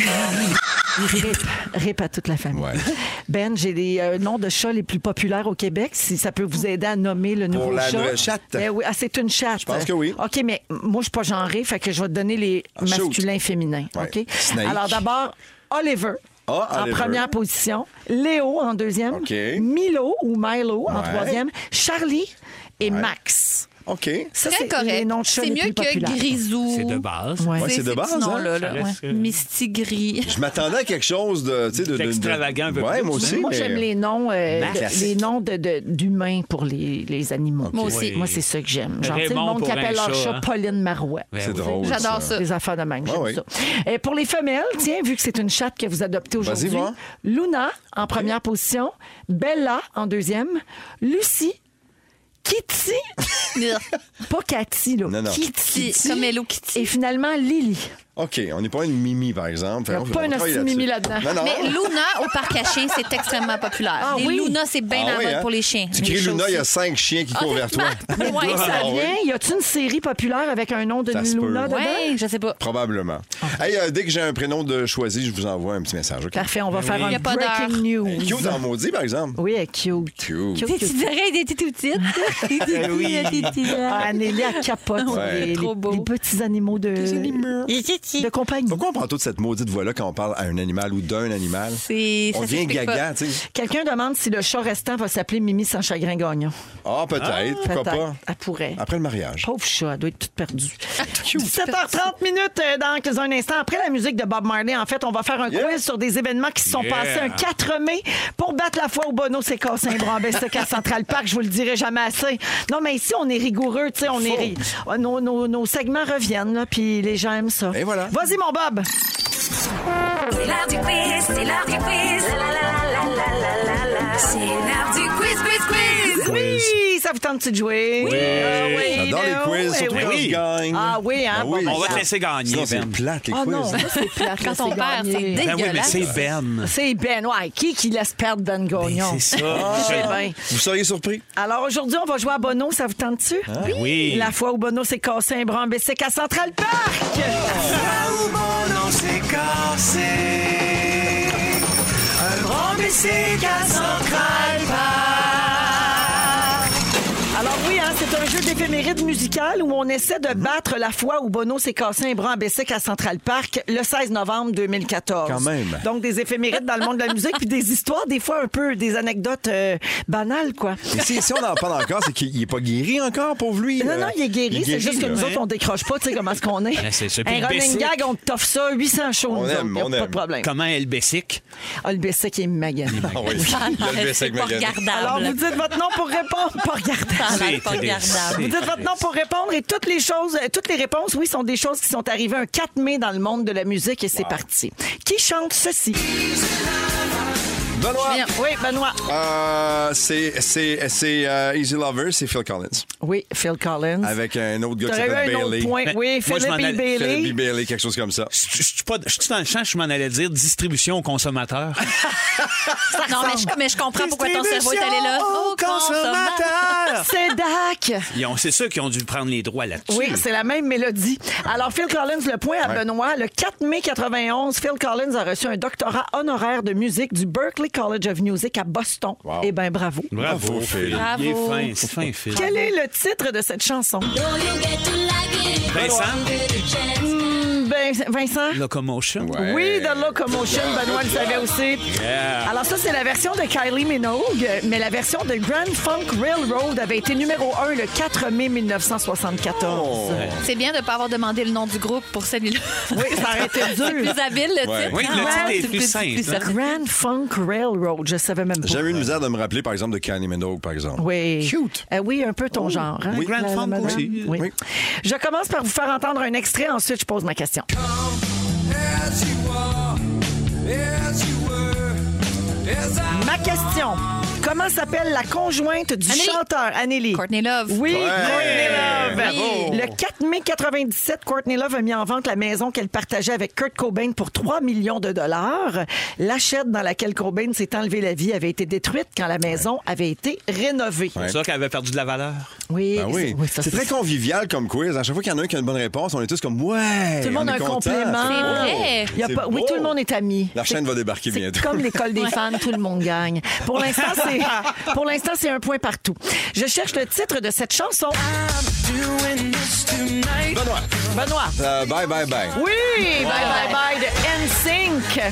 G: famille. Rip.
D: Rip à toute la famille.
C: Ouais.
D: Ben, j'ai les euh, noms de chats les plus populaires au Québec. Si ça peut vous aider à nommer le nouveau
C: la
D: chat.
C: nouvelle chatte.
D: Ben oui, ah, c'est une chatte. Je
C: pense que oui.
D: OK, mais moi, je suis pas genrée, fait que je vais te donner les
C: Ah, shoot.
D: masculins et féminins.
C: Ouais.
D: OK?
C: Snake.
D: Alors d'abord, Oliver.
C: Ah,
D: en
C: Oliver.
D: première position. Léo en deuxième.
C: OK.
D: Milo ou Milo en
C: Ouais.
D: troisième. Charlie et
C: Ouais.
D: Max.
C: OK.
D: Ça,
F: Très
D: c'est les
F: correct.
D: noms de chats
F: C'est
D: les
F: mieux
D: plus
F: que
D: populaires.
F: Grisou.
E: C'est de base.
D: Ouais.
C: Ouais, c'est de
F: ces
C: base,
F: petits
C: hein?
F: noms-là, là,
E: Ça
F: ouais.
E: reste, euh,
F: Misty Gris.
C: Je m'attendais à quelque chose de. tu sais, de- de- de-
E: D'extravagant un peu
C: Ouais,
E: plus.
C: moi aussi.
D: Moi,
C: mais-
D: j'aime les noms, euh,
E: Max.
D: de- les
C: Classique.
D: noms de- de- d'humains pour les, les animaux.
F: Moi aussi. Oui.
D: Moi, c'est ça que j'aime. Genre, tu sais, le
E: Raymond
D: monde qui
E: pour
D: appelle
E: un
D: leur
E: chat,
D: chat
E: hein.
D: Pauline Marouet.
E: Ben
C: C'est
E: oui.
C: drôle.
F: J'adore ça.
D: Des affaires de même, j'aime
C: oui.
D: ça. Et pour les femelles, tiens, vu que c'est une chatte que vous adoptez aujourd'hui,
C: va.
D: Luna en première position, Bella en deuxième, Lucie, Kitty, pas Cathy, là,
C: Non, non.
D: Kitty,
F: Kitty, comme Hello Kitty.
D: et finalement Lily.
C: OK, on n'est pas une mimi, par exemple. Fait
D: Y a
C: qu'on-
D: pas
C: on
D: une
C: travaille
D: hostie mimi
C: là-dessus.
D: là-dedans.
C: Non, non.
F: Mais Luna au parc caché, c'est extrêmement populaire.
D: Ah
F: Les
D: oui?
F: Luna, c'est bien
C: Ah
F: la
C: oui,
F: mode
C: hein?
F: ben pour les chiens.
C: Tu
F: Les
C: cries
F: chats
C: Luna, il y a
F: aussi.
C: cinq chiens qui courent vers toi.
F: Ouais,
C: Ah,
F: ça
C: ouais.
D: Bien, y a-t-il une série populaire avec un nom de
C: Ça se peut.
D: Luna dedans?
F: Ouais, je sais pas.
C: Probablement. Hey, euh, dès que j'ai un prénom de choisi, je vous envoie un petit message.
F: Ah,
C: OK?
D: Parfait, on va faire
F: Ben Y
D: un
F: a pas d'heure.
D: breaking news.
C: Hey, Cute en maudit, par exemple.
D: Oui, elle est cute.
C: Cute.
F: Tu dirais des petites
E: Eh
F: petites.
D: Ah, Anneli, elle capote
C: Ouais.
D: les, les-
F: Trop beau.
D: les petits animaux de, de compagnie.
C: Pourquoi on prend toute cette maudite voix-là quand on parle à un animal ou d'un animal?
F: C'est.
C: On
F: ça
C: devient
F: s'explique pas.
C: gaga, tu sais.
D: Quelqu'un demande si le chat restant va s'appeler Mimi sans chagrin gagnant.
C: Ah, peut-être. pourquoi
D: Peut-être.
C: pas?
D: Elle pourrait.
C: Après le mariage.
D: Pauvre chat, elle doit être toute perdue.
C: Ah,
D: 17h30 minutes euh, dans un instant. Après la musique de Bob Marley, en fait, on va faire un
C: Yeah.
D: quiz sur des événements qui se sont
E: Yeah.
D: passés un 4 mai pour battre la foi au Bono, c'est cassé un bras en Bestac à Central Park. Je vous le dirai jamais assez. Non, mais ici, on est rigoureux, tu sais, on est. ri- Ah, Nos, nos- nos segments reviennent, là, puis les gens aiment ça.
C: Et voilà.
D: Vas-y, mon Bob.
A: C'est l'heure du quiz, c'est l'heure du quiz. La, la, la, la, la, la, la, la. C'est l'heure du quiz, quiz, quiz.
C: Quiz.
D: Oui, ça vous tente de jouer? Ah Oui. ben
C: J'adore les quiz, surtout
E: oui.
C: quand je gagne.
D: oh, eh Ah oui, hein?
C: Ben
D: Bon, ben,
E: On va te laisser gagner,
C: Sinon, c'est
E: Ben.
C: plate, les
D: Ah
C: quiz.
D: non, ça, c'est plate. là,
F: Quand on
D: c'est
F: perd,
D: gagné.
F: c'est
E: Ben oui, mais
F: dégueulasse.
E: c'est Ben.
D: C'est Ben, ouais. Qui qui laisse perdre Ben Gagnon?
E: Ben, C'est
D: Ah,
E: ça.
D: ben.
C: Vous seriez surpris?
D: Alors aujourd'hui, on va jouer à Bono, ça vous tente-tu?
E: Ben oui.
D: La fois où Bono s'est cassé un bras en bicycle à Central Park!
G: Là où mon nom s'est cassé. Un grand bicycle à Central Park.
D: Alors oui, hein, c'est un jeu d'éphéméride musicale où on essaie de battre la fois où Bono s'est cassé un bras en bicycle à Central Park le 16 novembre 2014.
C: Quand même.
D: Donc des éphémérides dans le monde de la musique puis des histoires, des fois un peu des anecdotes euh, banales, quoi.
C: Mais si, si on en parle encore, c'est qu'il n'est pas guéri encore, pauvre lui.
D: Non,
C: là.
D: non, il est guéri, c'est juste que
C: là.
D: nous autres, on décroche pas, tu sais comment est-ce qu'on est.
E: Ouais, c'est ça. Puis
D: Un
E: le
D: running
E: Bessic.
D: gag, on t'offre ça, 800 shows,
C: On
D: nous
C: aime,
D: autres, y a
C: on
D: pas
C: aime.
D: de problème.
E: Comment elle bessique?
D: Ah, le Bessic est magané.
C: Ah oui, il a le
F: C'est
C: Bessic
F: pas
C: Magané.
F: regardable.
D: Alors, vous dites votre nom pour répondre, pas regardant.
F: Ça a l'air
E: C'est
F: pas
E: dégueulasse.
D: Vous
F: Pardon.
D: dites votre nom pour répondre et toutes les choses, euh, toutes les réponses, oui, sont des choses qui sont arrivées un 4 mai dans le monde de la musique et c'est parti. Qui chante ceci?
C: Benoît!
F: Viens.
D: Oui, Benoît.
C: Euh, c'est c'est- c'est, euh, Easy Lover, c'est Phil Collins.
D: Oui, Phil Collins.
C: Avec un autre gars qui
D: T'aurais eu
C: s'appelle
D: un autre
C: Bailey.
D: point.
E: Mais
D: Oui,
E: moi, je m'en
D: Philippe
E: allais-
D: Bailey.
C: Philip Bailey, quelque chose comme ça.
E: Je je- je suis pas- je suis dans le champ, je m'en allais dire distribution au consommateur.
F: Non, mais je, mais je comprends pourquoi ton cerveau est allé là. Oh,
D: Ah, C'est Dak.
E: Ils ont- C'est ceux qui ont dû prendre les droits là-dessus.
D: Oui, c'est la même mélodie. Alors, Phil Collins, le point à
C: Ouais.
D: Benoît. Le 4 mai 91, Phil Collins a reçu un doctorat honoraire de musique du Berklee College of Music à Boston.
C: Wow.
D: Eh bien, bravo.
E: Bravo, Phil. Il est
F: Bravo.
E: fin, c'est fin, Phil.
D: Quel est le titre de cette chanson?
E: Vincent,
D: Ben, Vincent?
E: Locomotion.
C: Ouais.
D: Oui, The Locomotion, Benoît le savait aussi. Alors ça, c'est la version de Kylie Minogue, mais la version de Grand Funk Railroad avait été numéro 1 le 4 mai 1974.
C: Oh.
F: C'est bien de ne pas avoir demandé le nom du groupe pour celui-là.
D: Oui, ça aurait été
F: C'est
D: dur.
F: plus habile, le
C: Ouais.
F: titre.
E: Oui, le
F: Ah,
E: titre
F: ouais,
E: est
F: c'est
E: plus simple, hein.
F: simple.
D: Grand Funk Railroad, je savais même pas.
C: J'avais une misère de me rappeler, par exemple, de Kylie Minogue, par exemple.
D: Oui.
C: Cute. Oh.
D: Euh, oui, un peu ton genre. hein,
E: Oui, Grand Funk
D: madame?
E: aussi.
D: Oui.
C: Oui.
D: Je commence par vous faire entendre un extrait, ensuite je pose ma question.
G: As you are, as you were, as I
D: Ma question. Comment s'appelle la conjointe du
F: Anneli.
D: chanteur Anneli?
F: Courtney Love.
D: Oui,
C: Ouais.
D: Courtney Love.
F: Oui.
D: Le 4 mai 97, Courtney Love a mis en vente la maison qu'elle partageait avec Kurt Cobain pour 3 millions de dollars. L'achète dans laquelle Cobain s'est enlevé la vie avait été détruite quand la maison avait été rénovée.
E: C'est ça qu'elle avait perdu de la valeur.
D: Oui,
C: Ben oui.
D: ça,
C: c'est très convivial comme quiz. À chaque fois qu'il y en a un qui a une bonne réponse, on est tous comme Ouais!
D: Tout le monde
C: on
D: a un
C: est content.
D: complément.
F: C'est vrai.
D: Il y a
C: C'est
D: pas- Oui,
C: beau.
D: tout le monde est ami.
C: La chaîne va débarquer
D: C'est
C: bientôt.
D: Comme l'école des fans, tout le monde gagne. Pour l'instant, c'est pour l'instant c'est un point partout. Je cherche le titre de cette chanson.
G: doing this tonight.
C: Benoît!
D: Benoît.
C: Euh, bye, bye, bye.
D: Oui, bye bye bye de NSYNC.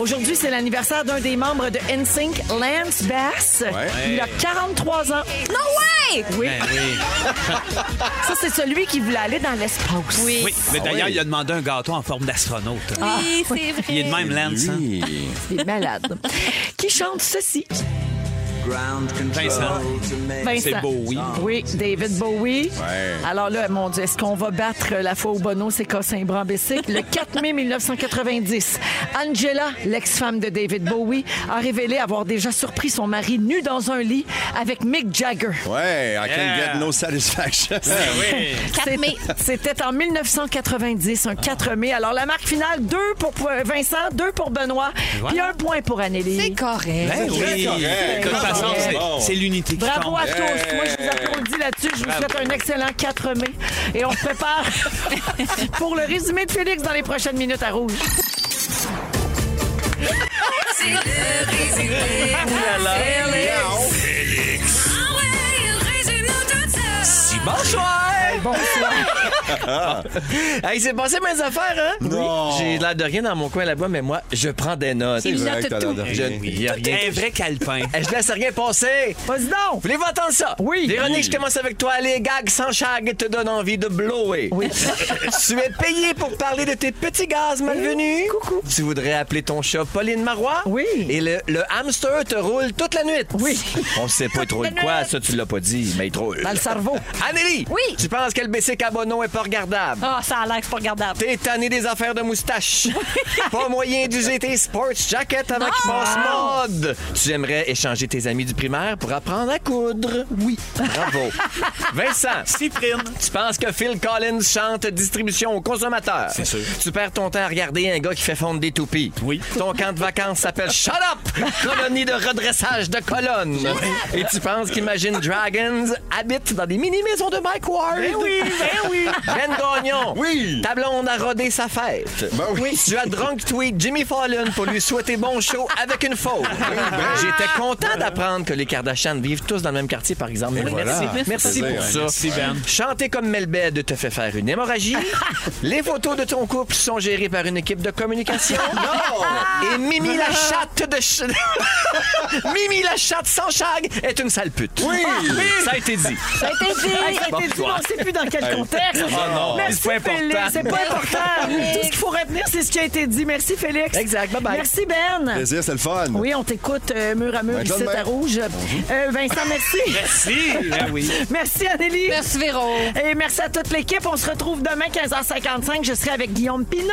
D: Aujourd'hui, c'est l'anniversaire d'un des membres de NSYNC, Lance Bass.
C: Ouais.
D: Il a 43 ans.
F: No way!
D: Oui,
E: Ben oui.
D: ça c'est celui qui voulait aller dans l'espace.
F: Oui,
E: Oui, mais d'ailleurs,
C: Ah oui.
E: il a demandé un gâteau en forme d'astronaute.
D: Ah
F: oui, c'est vrai.
E: Il est de même, Lance. hein?
C: Eh Oui.
D: Il est malade. qui chante ceci
G: Ground
E: Vincent.
G: control to make
D: Vincent.
E: C'est Bowie.
D: Oui, David Bowie.
C: Ouais.
D: Alors là, mon Dieu, est-ce qu'on va battre la fois où Bono s'est cassé un bras bessic? Le 4 mai 1990, Angela, l'ex-femme de David Bowie, a révélé avoir déjà surpris son mari nu dans un lit avec Mick Jagger.
C: Ouais, I can
E: Yeah.
C: get no satisfaction.
E: Eh
D: Eh
E: Oui.
F: 4 mai.
D: C'était en 1990, un 4 mai. Alors, la marque finale, 2 pour Vincent, 2 pour Benoît, puis un point pour Anneli.
F: C'est correct.
E: Ben oui.
C: correct.
E: De toute façon,
C: C'est bon.
E: c'est- c'est l'unité qui
D: Bravo
E: compte.
D: à tous. Moi, je vous applaudis là-dessus. Je vous souhaite un excellent 4 mai. Et on se prépare pour le résumé de Félix dans les prochaines minutes à Rouge.
A: C'est le résumé. Félix. Félix. Ah ouais, il résume tout ça.
G: Bonsoir! Bonsoir! hey, c'est passé mes affaires, hein?
C: Non.
G: Oui, J'ai l'air de rien dans mon coin là-bas, mais moi, je prends des notes.
C: C'est vrai que t'as l'air de
G: Je,
C: rien.
G: y a rien.
E: Un vrai calepin.
G: Hey, je laisse rien passer!
D: Vas-y donc.
G: Voulez-vous entendre ça?
D: Oui.
G: Véronique, je commence avec toi. Les gags sans chag te donnent envie de blower. Oui. tu es payé pour parler de tes petits gaz malvenus.
D: coucou.
G: Tu voudrais appeler ton chat Pauline Marois.
D: Oui.
G: Et le, le hamster te roule toute la nuit.
D: Oui.
G: On sait pas trop de quoi, ça tu l'as pas dit, mais il te roule.
D: Dans le cerveau.
G: Anneli!
F: Oui.
G: Tu penses que le BC Cabonneau est pas regardable?
F: Ah, ça a l'air que c'est pas regardable.
G: T'es tanné des affaires de moustache. pas moyen d'user tes sports jackets avant qu'ils passent mode. Tu aimerais échanger tes amis du primaire pour apprendre à coudre. Oui. Bravo. Vincent.
E: Cyprine.
G: Tu penses que Phil Collins chante distribution aux consommateurs? C'est
E: sûr.
G: Tu perds ton temps à regarder un gars qui fait fondre des toupies.
E: Oui.
G: Ton camp de vacances s'appelle Shut Up! Colonie de redressage de colonnes. Et tu penses qu'Imagine Dragons habite dans des mini-maisons de Mike Ward? Ben oui, ben oui! Ben Gagnon!
C: Oui.
G: Ta blonde a rodé sa fête.
C: Ben oui.
G: Tu as drunk tweet Jimmy Fallon pour lui souhaiter bon show avec une faute.
C: Ben
G: J'étais content d'apprendre que les Kardashians vivent tous dans le même quartier, par exemple. Merci.
C: voilà.
G: Merci
C: Plaisir.
G: pour ça.
E: Merci, Ben.
G: Chanter comme Melbed te fait faire une hémorragie. Les photos de ton couple sont gérées par une équipe de communication. Et Mimi la chatte de... ch- Mimi la chatte sans chag est une sale pute.
C: Oui.
G: Ça a été dit.
D: Ah, Ça a été dit. Ça a été dit, mais on ne sait plus dans quel contexte.
G: Ah, non,
D: Merci,
G: c'est pas
D: Félix.
G: important.
D: C'est pas important. Tout ce qu'il faut retenir, c'est ce qui a été dit. Merci, Félix.
G: Exact. Bye-bye.
D: Merci, Ben.
C: Plaisir, c'est le fun.
D: Oui, on t'écoute euh, mur à mur
C: Ben,
D: ici
C: Claude
D: à
C: Maire.
D: Rouge. Euh, Vincent, merci.
E: Si, ben oui.
D: merci, Anneli.
F: Merci, Véro.
D: Et merci à toute l'équipe. On se retrouve demain 15h55. Je serai avec Guillaume Pinot,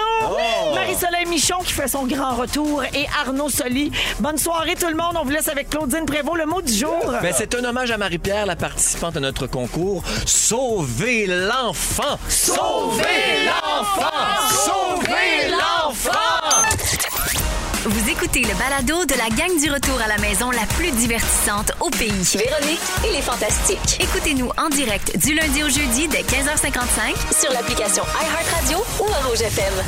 D: Marie-Soleil Michon qui fait son grand retour et Arnaud Soli. Bonne soirée tout le monde. On vous laisse avec Claudine Prévost, le mot du jour.
G: Ben, c'est un hommage à Marie-Pierre, la participante à notre concours. Sauvez l'enfant! Sauvez l'enfant! Sauvez l'enfant!
A: Vous écoutez le balado de la gang du retour à la maison la plus divertissante au pays.
B: Véronique et les Fantastiques.
A: Écoutez-nous en direct du lundi au jeudi dès 15h55
B: Sur l'application iHeartRadio ou à Rouge FM.